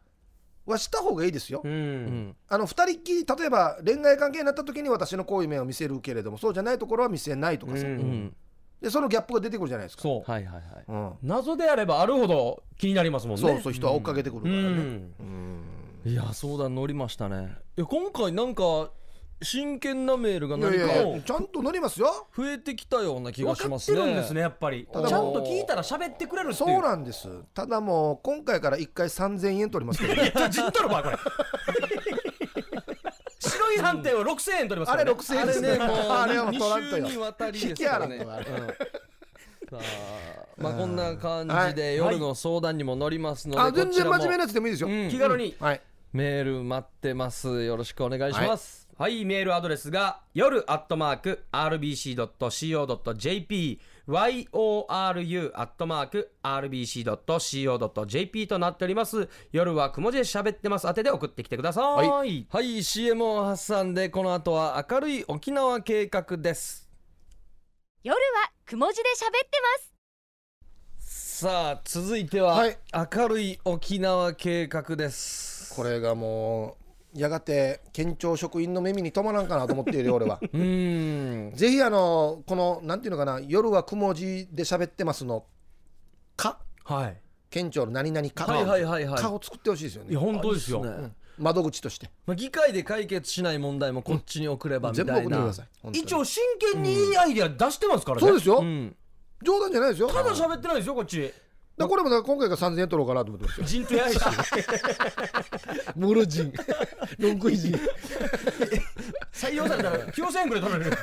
C: はした方がいいですよ、
B: う
A: うんん
C: あの2人っきり例えば恋愛関係になった時に私のこういう面を見せるけれどもそうじゃないところは見せないとかさ、
B: うん
A: うん
C: でそのギャップが出てくるじゃないですか、
B: そう
A: はいはいはい
C: うん
B: 謎であればあるほど気になりますもんね
C: そうそう人は追っかけてくるか
B: う
C: らね、
B: ん
A: いや相談乗りましたねいや今回なんか真剣なメールが
C: いや
A: 何
C: いやい
A: か
C: やちゃんと乗りますよ
A: 増えてきたような気
B: 分
A: がし
B: か
A: ま
B: っ
A: す
B: て
A: ね
B: るんですねやっぱりちゃ
C: ただ
B: んと聞いたら喋ってくれるって
C: そ
B: いう
C: うなんですただもう今回から1回3000円取りますけど、ね、
B: ちょじったろ ばこれ白い判定は6000円取ります
C: あれ
B: から、ね、
C: 6000円
A: あ
C: で
A: れ
C: す
A: ね
C: ね
A: もう
C: あれはもう取らん
A: 2
C: と
A: 週
C: よ
A: にわたり
C: 引
A: です
C: きあ
A: からら
C: ん
A: ね
C: と
A: さ
C: あれ
A: あまあこんな感じで
B: はい
A: 夜の相談にも乗りますので
C: あ全然
A: こちらも
C: 真面目なやつでもいいですよ、
A: うん
B: 気軽に、
C: はい
A: メール待ってますよろしくお願いします
B: はい、メールアドレスが、夜アットマーク、rbc.co.jp、yoru アットマーク、rbc.co.jp となっております。夜はくも字で喋ってます。当てで送ってきてください。はい。
A: はい CM を挟んでこの後は明るい沖縄計画です
D: 夜はくも字で喋ってます
A: さあ続いては、
C: はい
A: 明るい沖縄計画です
C: これがもうやがて県庁職員の耳にまらんかなと思っているよ俺は
A: うーん
C: ぜひあのこのなんていうのかな夜はくも字で喋ってますの「か
B: はい。」
C: 県庁の何々か、
A: はいはいはいはい
C: かを作ってほしいですよ
B: いや、
C: ね、
B: 本当ですよ。
A: いいっ
C: う
A: ね
C: ん窓口として
A: まあ、議会で解決しない問題もこっちに送ればみた
C: 全
A: い
C: 部
A: な、
C: 送ってください本当に
B: 一応、真剣にいいアイディア出してますからね。
C: そうですよ、
A: うん
C: 冗談じゃないですよ
B: ただ喋ってないですよ、こっち。
C: だからこれもだから今回が3000円取ろうかなと思ってますよ
B: 人とやいし。
C: ムル ジンロンクイジン
B: 採用されたら9000円くらい取られる。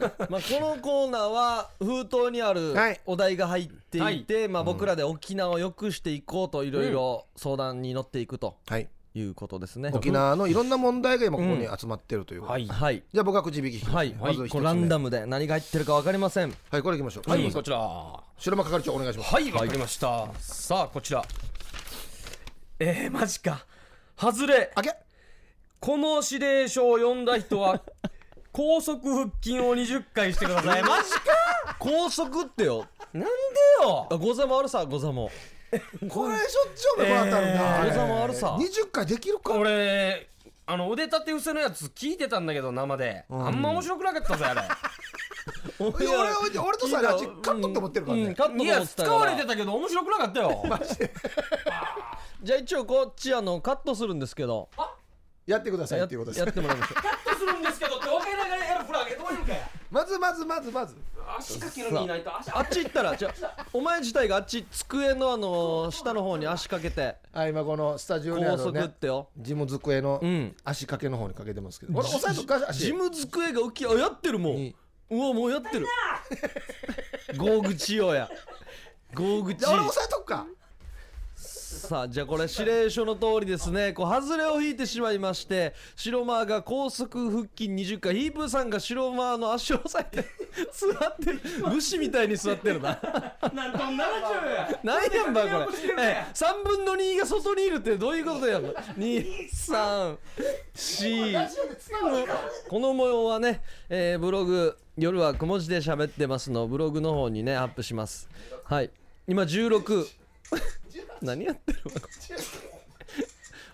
A: まあ、このコーナーは封筒にある
C: はい
A: お題が入っていて、まあ、僕らで沖縄を良くしていこうといろいろ相談に乗っていくと
C: はい
A: いうことですね。
C: 沖縄のいろんな問題が今ここに集まってるということ、
B: はい
A: はい
C: じゃあ僕はくじ引き引きます
A: はい、
C: まず一つ
A: こ
C: 目
A: れランダムで何が入ってるか分かりません。
C: はいこれいきましょう、
B: はい、こちら。は
C: 白間係長お願いします
B: い、わかりました。さあ、こちら。えー、マジか。外れ。
C: あけ
B: この指令書を読んだ人は、高速腹筋を20回してください。マジか
A: 高速ってよ。
B: なんでよ
A: あ、ござもあるさ、ござも。
C: これしょっちゅう俺もらったの
B: え
C: な、
B: ー
A: ござもあるさ。
C: 20回できるか
B: 俺、あの、腕立て伏せのやつ聞いてたんだけど、生で。あんま面白くなかったぜ、あれ。
A: 俺
C: 俺俺俺とさあっちカットって思ってるからね、
A: うん、カットと
B: い
A: 思
B: や、
A: ってた
B: 使
A: から
B: われてたけど、面白くなかったよ。
A: じゃあ一応こっちあのカットするんですけど
C: やってください
A: や
C: っていうことです
A: やってもらいましょ
B: カットするんですけどって、分かりながらやるフラ上げてもらえるかや。
C: まずまずまずまず
B: 足掛けるにいないと、足
A: うあっち行ったらじゃあお前自体があっち机のあの下の方に足掛けて
C: あ今このスタジオに
A: 高
C: ある
A: 速っ
C: ね
A: てよ
C: ジム机の
A: ん
C: 足掛けの方にかけてますけど、俺押さえとくか足
A: ジム机が浮きあやってるもう
C: に
A: うわもうやってる合口よや合口
C: じゃあ俺押さえとくか
A: さあじゃあこれ指令書の通りですねこう外れを引いてしまいまして白間が高速腹筋20回ヒープーさんが白間の足を押さえて座って武士みたいに座ってるな
B: なんと70や。
A: 何やんばこれ、ええ、3分の2が外にいるってどういうことやの2345この模様はね、えーブログ夜はくも字で喋ってますのブログの方にねアップしますはい今16何やってるわ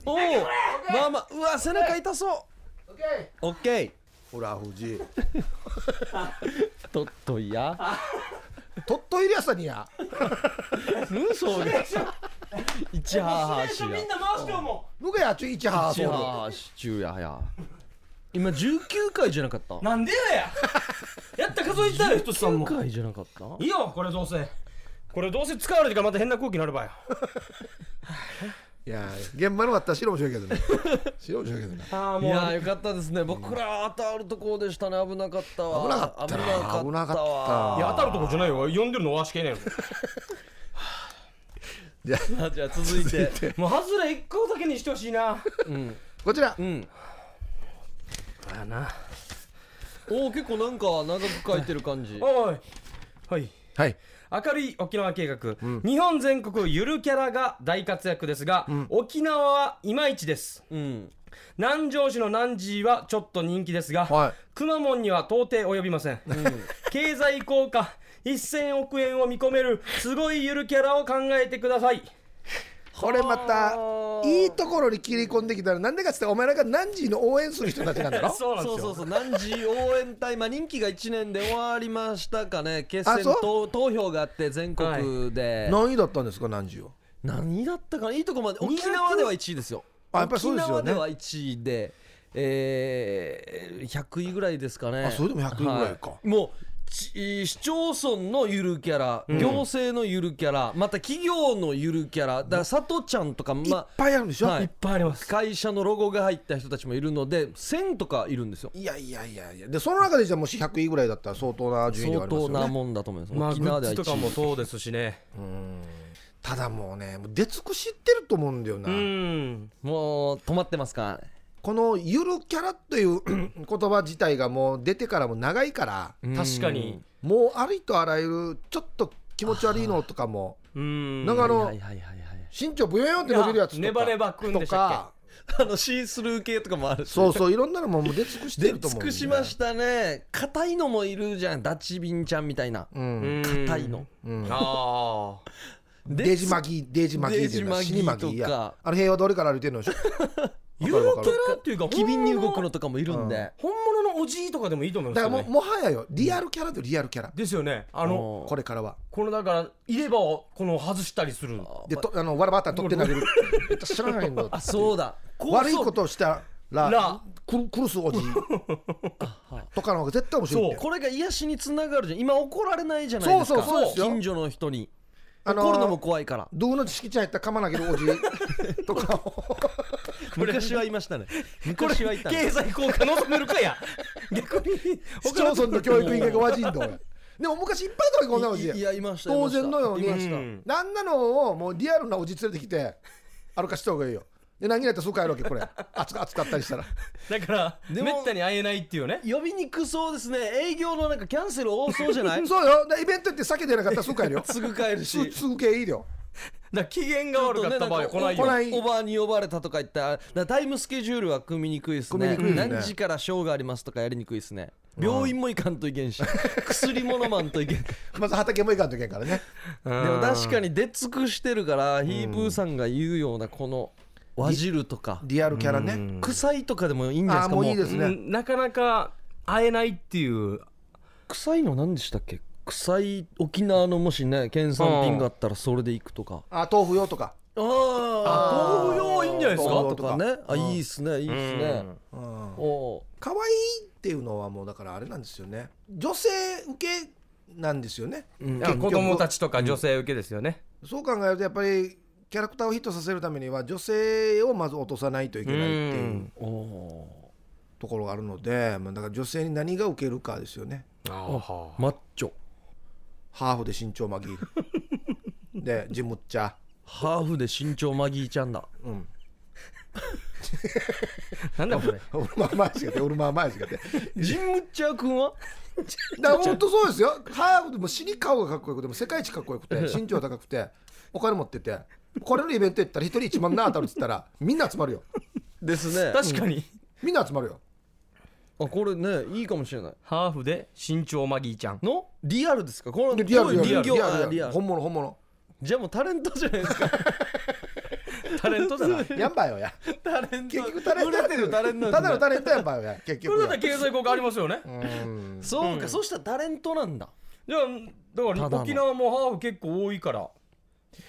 A: これおおまあまあうわ背中痛そうオッケー
C: ほら藤井
A: とっといや
C: とっといりやさにや
A: うんそうが一ハーハーしや
B: な回してよも
C: ぬがやちゅいちは
A: じゃあ、シチューやや。今19回じゃなかった
B: う。なんでややった数えてたよ、ひとしさんも。
A: 回じゃなかった
B: いいよ、これどうせ。これどうせ使われてからまた変な空気になるばよ。
C: いやー現場の終わったら白もしようけどね白もしようけどね
B: ああ、
A: い
B: もう。
A: やーよかったですね。僕ら当たるとこでしたね。危なかったわ。
C: 危なかったな
A: 危なかったわ。
B: いや当たるとこじゃないよ読んでるのはしかいないよ
C: じゃあ
A: じゃあ続いて。
B: もう外れ一個だけにしてほしいな
C: こちら、
A: うん。
B: あな
A: おお結構なんか長く書いてる感じ。
B: おいはい
C: はい
B: 明るい沖縄計画、日本全国ゆるキャラが大活躍ですが、沖縄はいまいちです
A: うん。
B: 南城市の南寺はちょっと人気ですが、
C: はい
B: くまモンには到底及びません、経済効果1000億円を見込めるすごいゆるキャラを考えてください
C: これまたいいところに切り込んできたらなんでかっつってお前なんか何時の応援する人たちなんだろ
B: そうなんで
A: そ
B: す
A: う
B: よ
A: そうそう、何時応援隊、まあ、任期が1年で終わりましたかね、決
C: あ
A: 戦
C: そう
A: 投投票があって、全国で、
C: 何位だったんですか何時を
A: 何だったかないいとこまで沖縄では1位ですよ
C: あやっぱりそうですよね
A: 沖縄では1位で、えー、100位ぐらいですかね
C: あそれでも100位ぐらいか
A: はもうち市町村のゆるキャラ、行政のゆるキャラまた企業のゆるキャラだから里ちゃんとか、
C: いっ
A: ま
C: ぱいあるんでしょ、
A: はい
B: っぱいあります
A: 会社のロゴが入った人たちもいるので1000とかいるんですよ
C: いやいやいやいやでその中でじゃあもし100位ぐらいだったら相当な順位ではあ
A: 相
C: ります
A: 当
C: よね
A: なもんだと思います、
B: まあ
A: 沖
B: グ
A: 縄
B: ッ
A: では
B: ズ
A: 1
B: とかも
A: 位
B: そうですしね
C: ただもうねもう出尽くしってると思うんだよな、
B: うん
A: もう止まってますか
C: このゆるキャラという 言葉自体がもう出てからも長いから
A: うん
B: 確かに
C: もうありとあらゆるちょっと気持ち悪いのとかも
B: うん
C: なんかあの
A: はいはいはいはい
C: 身長ブヨヨンって伸びるやつとか
B: ネバネバくんで
C: と
B: したっ
C: か
A: あのシースルー系とかもある
C: そうそういろんなのももう出尽くして
A: 出
C: ると思
A: 尽
C: う
A: くしましたね硬いのもいるじゃんダチビンちゃんみたいな
C: たう
B: け
C: ん
B: うん
A: 硬いの
C: うん
B: ああ
A: で
C: デージマギーデージマギーっていうのは
A: デー
C: 死
A: ジ
C: に
A: マ
C: マ
A: ギ
C: ギ
A: ー
C: ー
A: とか
C: やあの平和通りから歩いて るのでしょ
B: ゆ
C: わか
B: る
C: るわか
B: キャ
C: る
B: ラっていうか
A: 機敏に動く
B: の
A: のとかもいるんで、
B: 本物のおじいとかでもいいと思いま
C: だ
B: す
C: から
B: よ
C: も
B: ね
C: うもはやよリアルキャラとリアルキャラ
B: ですよねあ
A: うん
B: の
C: これからは
B: このだから入れ歯をこの外したりする
C: でとあのわらばったら取って投げる 知らないの
A: あそうだ
B: こう
C: 悪い
B: そう
C: ことをした
B: ら
C: らくる殺す おじいとかの方が絶対面白いって
A: これが癒しにつながるじゃん今怒られないじゃないですか
C: そうそうそうですよ
A: 近所の人に、
C: あのー
A: 怒るのも怖いから
C: 道具の敷地入ったら釜投げるおじい とかを
A: 昔はいましたね
B: これ
A: 昔はいたね
B: 経済効果望めるかや逆に
C: 市町村の教育委員会がわじんど俺でも昔いっぱいとかこんなおじ
A: いいやいました
C: 当然のように
A: いましたいま
B: う
A: し
B: ん
C: なんなのをもうリアルなおじ連れてきて歩かした方がいいよで何やったらすぐ帰るわ けこれ暑か暑かったりしたら
B: だから
A: でも
B: めったに会えないっていうね
A: た呼びにくそうですね営業のなんかキャンセル多そうじゃない
C: そうよでイベント行って酒出なかったらすぐ帰るよ
A: すぐ帰る
C: すぐ
A: し
C: すぐ系いいよ
B: だから機嫌が悪かった場合は来ない
C: ちょっとね
B: よ
C: な
A: おばあに呼ばれたとか言ったらだからタイムスケジュールは組みにくいです
C: 組
A: ね
C: みにくいですね
A: 何時からショーがありますとかやりにくいですね病院も行かんといけん し薬も飲まんといけんで
C: まず畑も行かんといけんからね
B: で
A: も確かに出尽くしてるからヒープーさんが言うようなこの和汁とか
C: リアルキャラ
B: う
C: ね
B: ん
A: 臭いとかでもいいんじゃないです
C: ああ
A: か
C: もういい
A: もう
C: ですね
B: なかなか会えないっていう
A: 臭いの何でしたっけ臭い沖縄のもしね県産品があったらそれで行くとか
C: あ豆腐用とか
A: あ
B: あ
A: あ
B: 豆腐用いいんじゃないですか
C: 豆腐用
A: とかねあ
C: うん
A: いいっすねいいっすね
C: うん
A: おう
C: 可愛いっていうのはもうだからあれなんですよね女性受けなんですよね、
A: うん
B: いや
C: 結局
B: 子供たちとか女性受けですよね、
C: そう考えるとやっぱりキャラクターをヒットさせるためには女性をまず落とさないといけないって
B: う
C: いうん
A: おお
C: ところがあるので、まあ、だから女性に何が受けるかですよね
A: うマッチョ
C: ハーフで身 長紛れでジムッチャ
A: ハーフで身長マギーちゃんだ
C: うん
B: なんだこれ
C: オルマーマーしかてオルマーマーしかて
A: ジンムッチャー君は
C: だから本当そうですよハーフでも死に顔がかっこよくても世界一かっこ よくて身長高くてお金持っててこれのイベント行ったら一人1万な当たるっつったらみんな集まるよ
A: ですねあ
B: 確かに、
C: みんな集まるよ
A: これねいいかもしれない
B: ハーフで身長マギーちゃん
A: のリアルですかこの
C: でリアル
A: こういう
C: リアル
A: 人
C: リ
A: 形
C: ア
A: あ
C: ルリアル本物本物
A: じゃあもうタレントじゃないですか
B: タレントだな
C: やんばいよや
A: タレント
C: 結局タレント
A: 売れてるタレント
C: ただのタレントやんばいよや結
B: そ
C: 局
B: れだったら経済効果ありますよね、
C: うん
A: そうかそしたらタレントなんだ
B: じゃあだ
A: ただ
B: から
A: の
B: 沖縄もハーフ結構多いから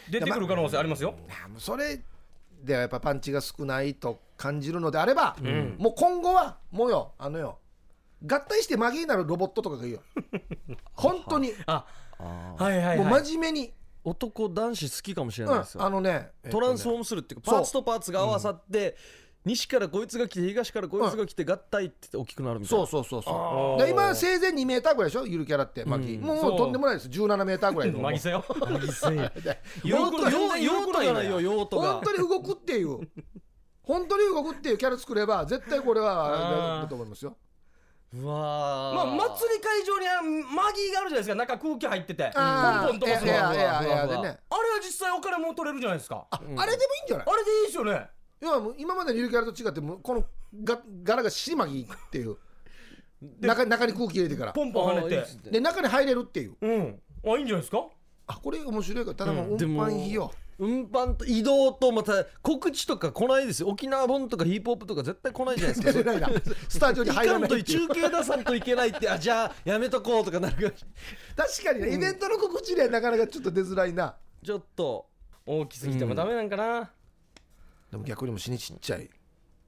B: 出てくる可能性ありますよ、
C: あもうそれではやっぱパンチが少ないと感じるのであれば、もう今後はもうよあのよ合体してマギーになるロボットとかがいいよ本当に
B: あはいはい
C: もう
B: はい
C: 真面目に、
A: 男男子好きかもしれ
C: う
A: ない
C: ん
A: です
C: あ
A: よ
C: のね
A: トランスフォ
C: えっ
A: ームするっていうか
C: そう
A: パーツとパーツが合わさって西からこいつが来て東からこいつが来て合体って大きくなるみた
C: と
A: い
C: ねそ
A: な
C: うそうそうそ
B: あ
C: う
B: ー
C: で今生前2メーターぐらいでしょゆるキャラってマギー、もうも
B: そう
C: うとんでもないです17メーターぐらいの
B: マギセよ
A: 用途
B: 喜んで
A: 用用途がないよ用途が
C: 本当に動くっていう本当に動くっていうキャラ作れば絶対これは
B: あー
C: やると思いますよ
A: うわ
B: まあ、
A: ー
B: 祭り会場にあマギーがあるじゃないですか中空気入っててポ
C: あ
B: ン
C: ー
B: ポン飛ばすの
C: エ
B: あ
C: ア
B: れ
C: エアエアエアで
A: ふわふ
C: ね
A: わ
B: は実際お金も取れるじゃないですかあ
C: ああれでもいいんじゃない
B: れでいいですよね
C: 要はもう今までのゆるキャラと違ってもうこのが柄が尻巻きっていう中中に空気入れてから
B: ポンポン跳ね
A: あーいい
B: て
A: ですね
C: で中に入れるっていう
B: うんあいいんじゃないですか
C: あこれ面白いからただもう運
A: でも
C: 搬費 用、
A: 運搬と移動とまた告知とか来ないですよ沖縄本とかヒップホップとか絶対来ないじゃ ないですか
C: 出て ないなスタジオに
A: 行
C: 入
A: からん
C: ない
A: と
C: っていう
A: 中継出さんといけないってあじゃあやめとこうとかなるから
C: 確かにねイベントの告知ではなかなかちょっと出づらいな
A: ちょっと
B: 大きすぎてもダメなんかな、
C: でも逆にもう死にちっちゃい、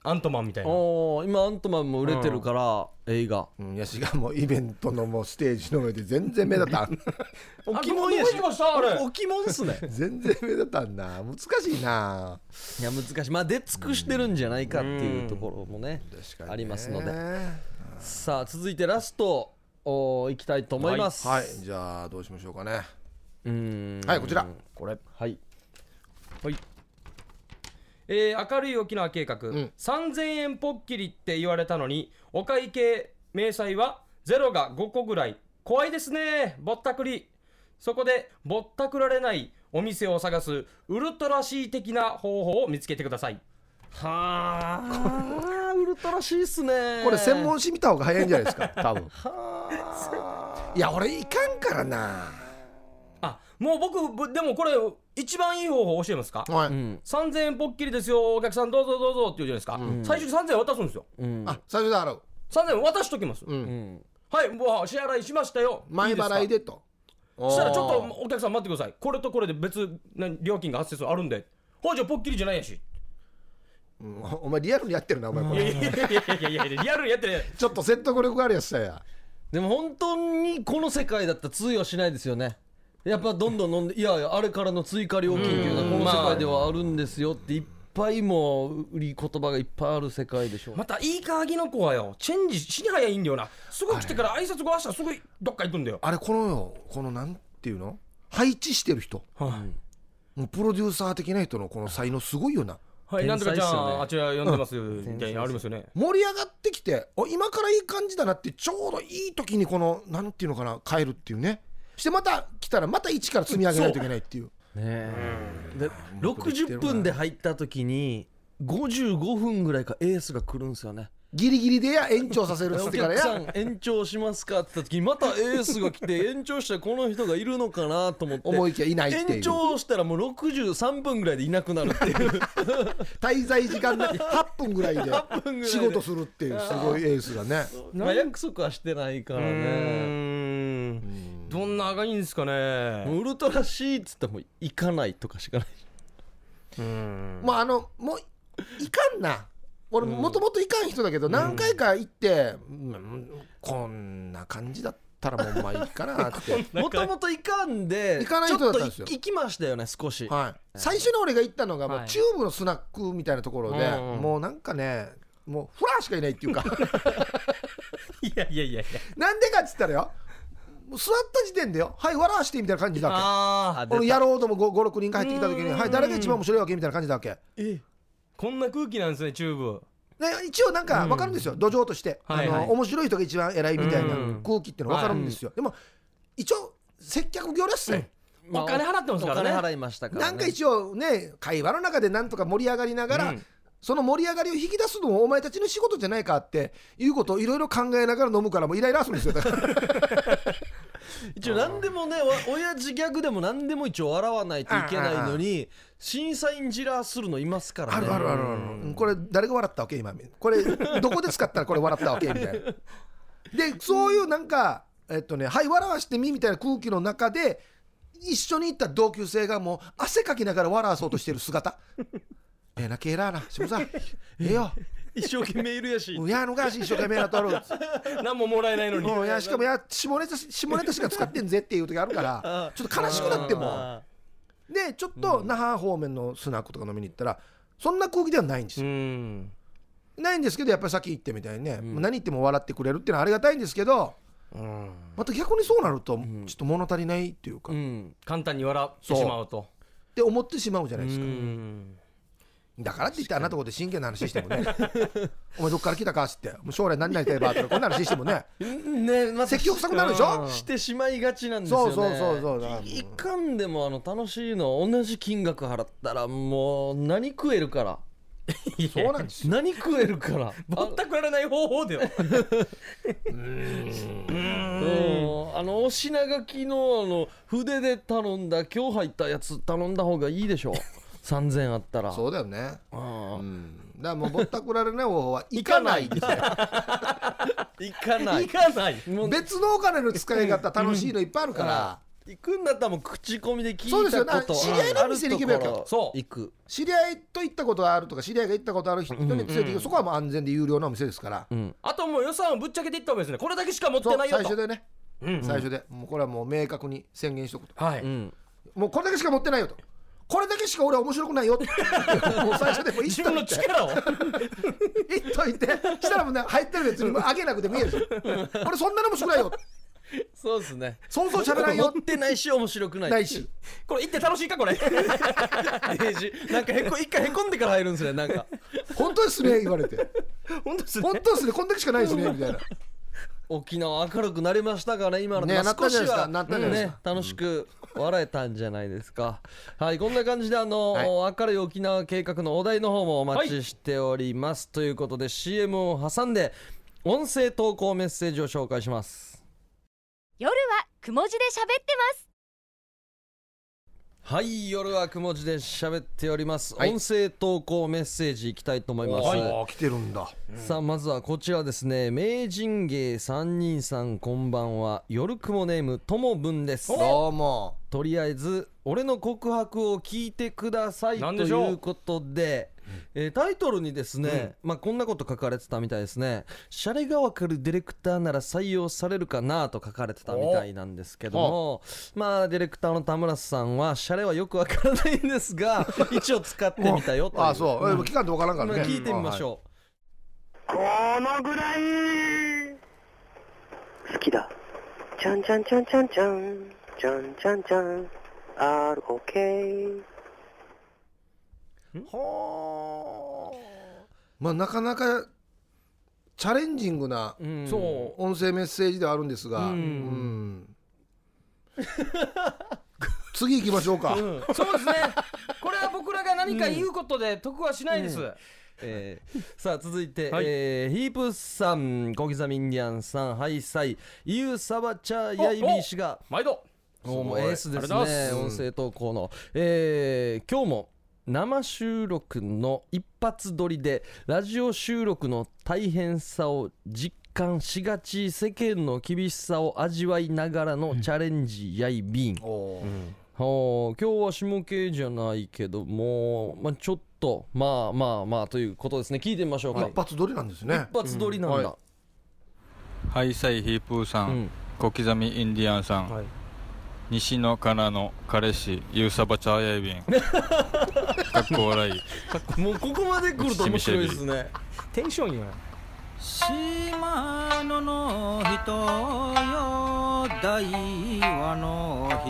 B: アントマンみたいな
A: おー今アントマンも売れてるから映画
C: うん、ヤシがもうイベントのもうステージの上で全然目立たん
B: あ
A: 置物やし
B: どこ行きましたあれ
A: 置物っすね
C: 全然目立たんな難しいない
A: や難しいまあ出尽くしてるんじゃないかっていうところもね
C: 確かにね
A: ありますのでさあ続いてラストおーいきたいと思います、
C: はいじゃあどうしましょうかね
A: うーん
C: はいこちら
A: これはい
B: はい
E: えー明るい沖縄計画、
C: ん
E: 3000円ポッキリって言われたのにお会計明細はゼロが5個ぐらい怖いですねぼったくりそこでぼったくられないお店を探すウルトラシー的な方法を見つけてくださいはあ
A: あーウルトラシーっすね
C: これ専門誌見た方が早いんじゃないですか多 分
A: はい
C: や俺いかんからな
E: あもう僕ぶでもこれ一番いい方法教えますか
C: はい、
A: あうん
E: 3000円ぽっきりですよお客さんどうぞどうぞって言うじゃないですか、最初に3000円渡すんですよ
A: うん
C: あ最初だろ
E: 3000円渡しときます、
C: うん
A: うん
E: はいもう支払いしましたよ
C: 前払い
E: で
C: でと
E: すかそしたらちょっ
C: おー
E: とお客さん待ってくださいこれとこれで別な料金が発生するあるんでほうじゃあぽっきりじゃないやし
C: うんおお前リアルにやってるなお前こ
E: いや
C: れ
E: いやいやいやいやいやリアルにやってね
C: ちょっと説得力あるやつだよ
A: でも本当にこの世界だったら通用しないですよねやっぱどんどん飲んでいやいやあれからの追加料金っていうのはこの世界ではあるんですよっていっぱいもう売り言葉がいっぱいある世界でしょ
E: またいいかあぎの子はよチェンジしに早いんだよなすぐ来てから挨拶ごわしたらすぐどっか行くんだよ
C: あれこのよこのなんていうの配置してる人
E: はい
C: もうプロデューサー的な人のこの才能すごいよな
E: はい、なんとかじゃ
A: 天才っすよ
E: ん、
A: ね
E: あちら呼んでますみたいなのありますよね。
C: 盛り上がってきてお今からいい感じだなってちょうどいい時にこのなんていうのかな帰るっていうねしてまた来たらまた一から積み上げないといけないっていう
A: ねえで60分で入った時に55分ぐらいかエースが来るんですよね
C: ギリギリでや延長させるっつっ
A: お
C: てから
A: 客さ
C: や
A: ん延長しますかって言った時にまたエースが来て 延長したらこの人がいるのかなと思って
C: 思いきやいないってい
A: 延
C: う
A: 長したらもう63分ぐらいでいなくなるって いう
C: 滞在時 間が8分ぐらいで
A: 分ぐらいで
C: 仕事するっていうすごいエースだね
A: まあ約束はしてないから
E: う
A: ね
E: ーんどんながいいんですか
A: も
E: ね。
A: うウルトラ C っつっても行かないとかしかない
E: うん
C: まああのもういかんな俺もともといかん人だけど何回か行って、うんこんな感じだったらもうまあいいかなって
A: もともと行かんで
C: 行かない人だったんです
A: ちょ
C: よ
A: っと行きましたよね少し、
C: はい、最初に俺が行ったのがもう
E: はい
C: チューブのスナックみたいなところで、
E: うんうん
C: もうなんかねもうフラーしかいないっていうか
E: いやいやいやいや。
C: なんでかっつったらよもう座った時点でよはい笑わしてみたいな感じだわ
E: ああ、
C: けこの野郎ども56人が入ってきた時に「
E: うん
C: はい誰が一番面白いわけ?」みたいな感じだわけ
A: え
E: こんな空気なんですね、チューブ。
C: ね、一応なんか分かるんですよ、土壌として、
E: はいはい
C: あの面白い人が一番偉いみたいな
E: うん
C: 空気っていうの分かるんですよ、でも一応接客業ですね、
E: お金払ってますからね
A: お金払いましたから、ね、
C: なんか一応ね会話の中でなんとか盛り上がりながら、
E: うん
C: その盛り上がりを引き出すのもお前たちの仕事じゃないかっていうことをいろいろ考えながら飲むからもうイライラするんですよだから
A: 一応何でもねわ 親父ギャグでも何でも一応笑わないといけないのに審査員じらするのいますから
C: あ
A: ね
C: るあるあるある、これ誰が笑ったわけ今これどこで使ったらこれ笑ったわけみたいなでそういうなんかえっとねはい笑わしてみみたいな空気の中で一緒に行った同級生がもう汗かきながら笑わそうとしてる姿ええなけえらな渋沢ええよ
A: 一生懸命いるやし
C: うんやのがし一生懸命なとる
E: 何ももらえないのに。
C: うんいやしかもや下ネタ下ネタしか使ってんぜっていう時あるからちょっと悲しくなっても
A: あ
C: でちょっと那覇方面のスナックとか飲みに行ったらそんな空気ではないんです
E: う
C: よ、
E: ん。
C: ないんですけどやっぱりさっき言ったみたいにね、何言っても笑ってくれるっていうのはありがたいんですけど
E: うん
C: また逆にそうなるとちょっと物足りないっていうか、
A: ーう
C: っ
A: ん
E: 簡単に笑ってしまうと。
C: て思ってしまうじゃないうですか、
E: ん。
C: だからって言ってあんなとこで真剣な話してもねお前どっから来たかっつってもう将来何になりたいばとかこんな話してもね
A: ねまた
C: 積極臭くなるでしょ
A: してしまいがちなんですよ
C: そ
A: ね
C: うそうそうそうだから
A: いかんでもあの楽しいの同じ金額払ったらもう何食えるから
C: そうなんですよ
A: 何食えるから
E: ぼったくられない方法だよ。
A: うんあのお品書きのあの筆で頼んだ今日入ったやつ頼んだ方がいいでしょ3000あったら
C: そうだよね
A: うん
C: うんだからもうぼったくられない方法は行かないですね
A: 行かない
E: 行かない。
A: もう
C: 別のお金の使い方楽しいのいっぱいあるから
A: 行くんだったらもう口コミで聞
C: そうで
A: い
C: すよ
A: た
C: な
A: こと
C: 知り合いのお店に行けばよかった
A: あるところ
E: そう
A: 行く
C: 知り合いと行ったことがあるとか知り合いが行ったことある人に連れて行くそこはもう安全で有料のお店ですから
A: うん。
E: あともう予算をぶっちゃけていった方がいいですね。これだけしか持っ
C: そ
E: て
C: う
E: ない
C: 最
E: よ
C: 初で
E: と。
C: ね
E: うん
C: 最初でもうこれはもう明確に宣言しとくと
E: はいう
A: ん
C: もうこれだけしか持ってないよとこれだけしか俺は面白くないよってもう最初でもう言っ
E: 自
C: と
E: 分の
C: いて
E: 力を。
C: 言っといてしたらもうね入ってる別にもうあげなくてもいいですよ俺そんなのもしくないよ
A: そうですね
C: そうそう喋らん
A: 持っ
C: よ
A: てないし面白くない
C: ないし
B: これ行って楽しい かこれ
A: ページ なんかへこ一回へこんでから入るんですねなんか
C: 本当ですね言われて
B: 本当ですね
C: 本当ですねこんだけしかないですねみたいな
A: 沖縄明るくなりましたから今の、
C: ね
A: まあ
C: なった
A: 少
C: んじゃ
A: し
C: ないですか
A: は
C: なったんじゃないです
A: ね楽しく笑えたんじゃないですか、 はいこんな感じであの、明るい沖縄計画のお題の方もお待ちしております、ということで CM を挟んで音声投稿メッセージを紹介します
D: 夜はくも字で喋ってます
A: はい夜はくも字で喋っております、
C: はい
A: 音声投稿メッセージいきたいと思います、
C: ああ来てるんだ
A: さあまずはこちらですね名人芸3人さんこんばんは夜雲ネームともぶんです
C: どうも
A: とりあえず俺の告白を聞いてくださいと
B: なんでしょう
A: いうことで、えータイトルにですね、まあこんなこと書かれてたみたいですね「シャレがわかるディレクターなら採用されるかな」と書かれてたみたいなんですけどもまあディレクターの田村さんはシャレはよくわからないんですが一応使ってみたよという
C: ああそうえ期間で分からんか
A: ま
C: ら
A: あ
C: ね
A: 聞いてみましょ
F: このぐらい好きだちゃんちゃんちゃんちゃんちゃんちゃんちゃんちゃん ROK
C: はあまあなかなかチャレンジングな
A: う、うん
B: そう
C: 音声メッセージではあるんですが、
A: うん
C: うん次行きましょうか、
B: そうですねこれは僕らが何か言うことで得はしないです、
A: えーさあ続いて、
B: はい
A: えーヒープさん小刻みインディアンさんハイサイユーサバチャーヤイビー氏が
B: 毎度
A: おもう
C: すごい
A: エース
B: あ
A: です
B: りがとうござ
A: ね
B: い
A: 音声投稿の、えー今日も生収録の一発撮りでラジオ収録の大変さを実感しがち世間の厳しさを味わいながらのチャレンジやいびん、は
C: おー
A: あ今日は下系じゃないけども、まあ、ちょっとまあまあまあということですね聞いてみましょうか、
C: 一発撮りなんですね
A: 一発撮りなんだ、
C: うんは
G: ハイサイヒープーさん、
A: うん
G: 小刻みインディアンさん、
B: はい
G: 西野カナの彼氏ユーサバチャーヤイビンかっこ笑い
A: もうここまで来ると面白いですね
B: テンションよ
H: 島野の人よ大和の人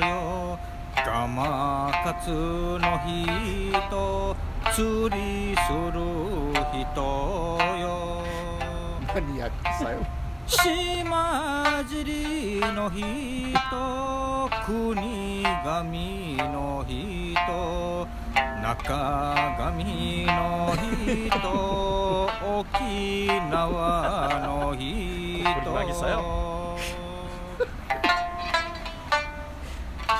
H: よ釜かつの人釣りする人よ
C: マニアックさよ
H: 島尻の人国神の人中神の人沖縄の
B: これ渚よ
C: し
H: 人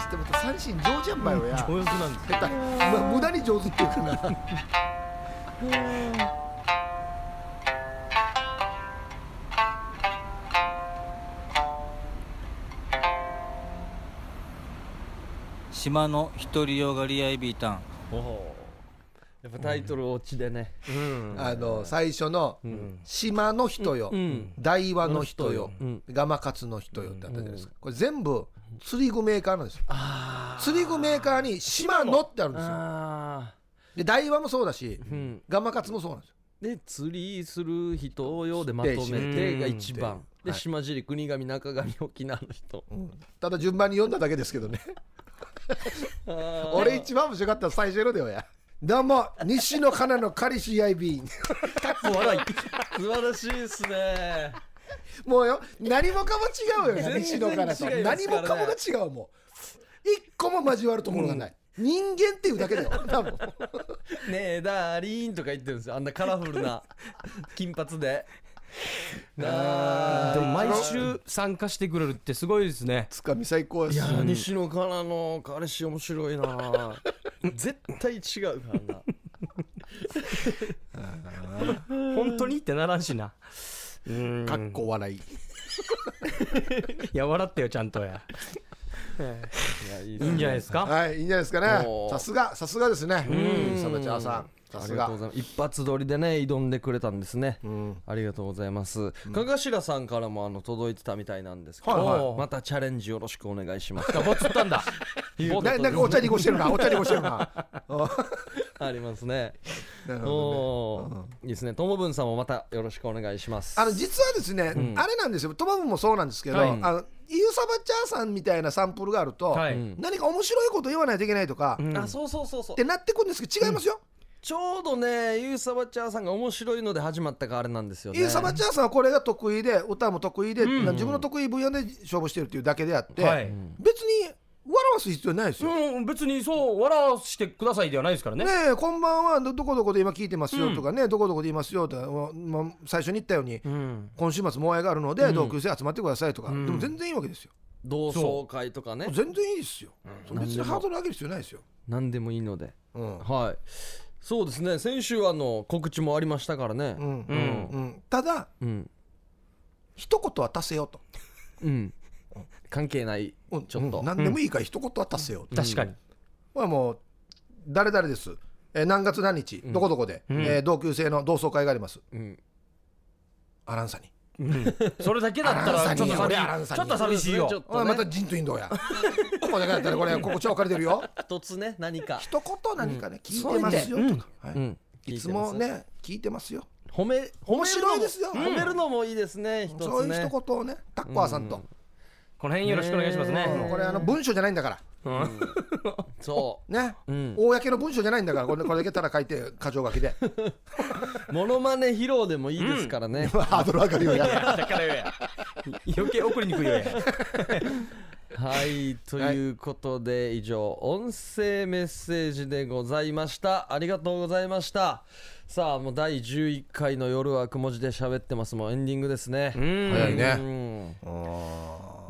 C: てまた三振上手やんばよや
B: 上手なんです
C: 下手ま無駄に上手って言うかな
H: 島の独りよがりやいびーたん
A: やっぱタイトル落ちでね、
C: あの最初の「島の人よ」
A: ん
C: 大和の人よ」
A: うん
C: ガマカツの人よ」ってあったじゃないですかこれ全部釣り具メーカーなんですよ釣り具メーカーに「島の」ってあるんですよ
A: ああ
C: で大和もそうだし
A: うん
C: ガマカツもそうなんですよ
A: で釣りする人用でまとめてが一番で島尻国神中神沖縄の人
C: ただ順番に読んだだけですけど ね俺一番面白かったの最初のではやどうも西野カナのカリシアイビー
A: 笑い素晴らしいですね
C: もうよ何もかも違うよ西野カナと
A: 全然違います
C: 何
A: から
C: も
A: ね
C: かもが違うもう一個も交わるところがない、人間っていうだけだよ多分
A: ねえダーリンとか言ってるんですよあんなカラフル な金髪で
B: でも毎週参加してくれるってすごいですね
C: つかみ最高です
A: あ西野カナの彼氏面白いな 絶対違うからな
B: 本当にってならんしな
C: かっこ笑い
B: いや笑ってよちゃんとや
A: いやいい
B: いいんじゃないですか
C: はいいいんじゃないですかね
A: おー
C: さすがさすがですね
A: うん
C: サバチャーさんさ
A: あ
C: す
A: りがとう
C: が
A: ございます一発撮りでね挑んでくれたんですね、
C: ん
A: ありがとうございますかがしらさんからもあの届いてたみたいなんですけど、
C: はい
B: はい
A: またチャレンジよろしくお願いします
B: ボツったんだボツ
C: ななんかお茶濁してるなお茶濁してるな
A: ありますね。
C: なるほ
A: おーいいですね。ともぶんさんもまたよろしくお願いします。
C: どねあの実はですね、
A: うん
C: あれなんですよトマムもそうなんですけど、
B: はい
C: あのイユサバチャーさんみたいなサンプルがあると、
B: はい
A: うん
C: 何か面白いこと言わないといけないとか、っ
B: うん
A: あそうそうそうそう
C: て。なってくるんですけど違いますよ、
A: ちょうどね、ゆうさばちゃーさんが面白いので始まったかあれなんですよね。
C: イユサバチャーさんはこれが得意で歌も得意で、
B: うん
C: 自分の得意分野で勝負してるっていうだけであって、
B: はい
C: 別に笑わす必要ないですよ、
B: うん、別にそう笑わしてくださいではないですからね
C: ねえこんばんはどどこどこで今聞いてますよとかね、どこどこでいますよとか、まま最初に言ったように、
B: うん
C: 今週末もあいがあるので、
B: ん
C: 同級生集まってくださいとか、
B: ん
C: でも全然いいわけですよ
A: 同窓会とかね。
C: 全然いいですよ、別に
A: 何でも
C: ハードル上げる必要ないですよ、
A: 何でもいいので。
C: うん
A: はい。そうですね。先週あの告知もありましたからね
C: う。ん
B: うん
C: うんただ
A: うん。
C: 一言は足せよと、
A: うん。関係ない。
C: うん
A: ちょっと
C: うん何でもいいから一言は足せよと、
B: 確かに、
C: これはもう誰々です、えー何月何日、どこどこで、
B: ん
C: えー同級生の同窓会があります
A: うん。
C: アランサに
B: それだけだったらちょっと
C: ア
B: 寂
C: ラン
B: しい
C: サ
B: ち
C: ニー
B: ょっと寂しい
A: ちょ
B: よ
A: っ
C: お
A: とね
C: いまたジンとインドやこれだったらこれここちょ分かれてるよ
A: 一つね何か。
C: 一言何かね、聞いてますよとか、はい
A: うん。
C: いつもね聞いてますよ
A: 褒め褒めるのも
C: 面白いですよ
A: 褒めるのもいいですね。一つね。
C: そういう一言をねタッコアさんと、
B: この辺よろしくお願いしますね
A: ね
C: これあの文章じゃないんだから
A: そ
C: ね、
A: う。うん。
C: 公の文章じゃないんだからこれこれだけたら書いて箇条書きで
A: モノマネ披露でもいいですからね。
C: ハードル上がるよや
B: だからよや余計送りにくいよや
A: はい、ということで、以上音声メッセージでございましたありがとうございましたさあもう第11回の夜はくも字で喋ってますもうエンディングですね
B: うん
C: 早いね
A: う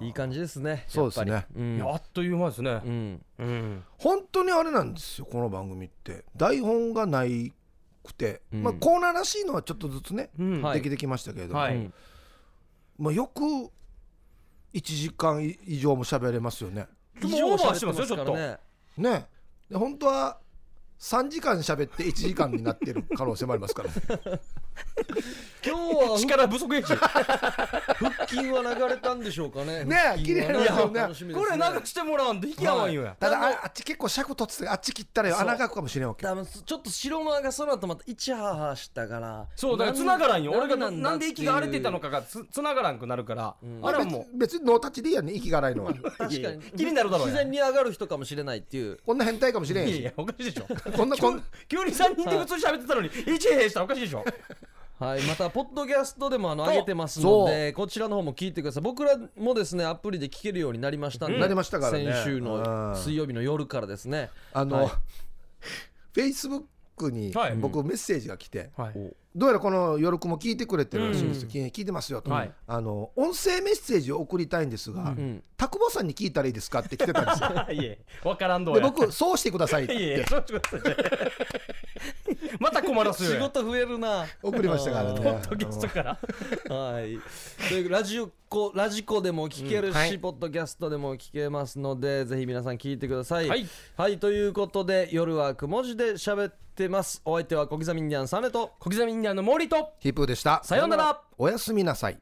A: んいい感じですね
C: そうですね
A: やっぱりうん
B: いやあっという間ですね
A: うん
B: うん
C: 本当にあれなんですよこの番組って台本がないくて、
A: うん
C: まあ、コーナーらしいのはちょっとずつね、
B: うん
A: はい
C: できてきましたけれども、
B: はい
A: うん
C: まあ、よく1時間以上も喋れますよね
B: でもオーバーしてますよちょっと
C: ねで本当は3時間喋って1時間になってる可能性もあります からね
A: 今日は
B: 力不足やし
A: 腹筋は流れたんでしょうかね
C: ね
A: 腹筋は
C: 綺麗ですよね
A: いや楽しみです
B: これ流してもらわんと引き合わんよや
C: ただああっち結構尺取っててあっち切ったらよ
A: そう
C: 穴が開くかもしれんわけ
A: 多分ちょっと白間がその後またイチハーハーしたから
B: そうだから繋がらんよ俺がな
A: だ
B: なんで息が荒れてたのかがつ繋がらんくなるからあれはもう
C: 別別にノータッチでいいやんね息が荒い のは
A: 確
B: いや
A: か
B: い
A: に
B: や気になるだろうや
A: 自然に上がる人かもしれないっていう
C: こんな変態かもしれん
B: いやい
C: し
B: やおかしいでしょ
C: こんなこん
B: 急に3人で普通に喋ってたのに1へしたらおかしいでしょ
A: はい、また、ポッドキャストで もあの上げてますの
C: そう
A: で、こちらの方も聞いてください。僕らもですね、アプリで聞けるようになりましたんで、
C: なりましたからね
A: 先週
C: う
A: の
C: ん
A: 水曜日の夜からですね。
C: あの、
A: はい
C: Facebook に
B: はい
C: 僕メッセージが来て、
B: はい
C: どうやらこの「よろくも聞いてくれてるらしいんですよ、聞いてますよと、
B: はい
C: あの音声メッセージを送りたいんですが
A: ん
C: 田久保さんに聞いたらいいですかって来てたんですよ
B: いえ分からんどう
C: で
B: や
C: 僕そうしてくださいっ
B: いやい
C: て
B: やそうしてください また困らすよ
A: 仕
B: や
A: 事増えるな。
C: 送りましたからね
B: ポッドキャストから
A: はい。というラジコ、ラジコでも聞けるし、
B: うんはい
A: ポッドキャストでも聞けますので、ぜひ皆さん聞いてください。
B: はい。
A: ということで、夜はくも字で喋ってます。お相手は小刻みインディアンサネと、
B: 小刻みインディアンの森と
C: ヒップーでした
B: さようなら
C: おやすみなさい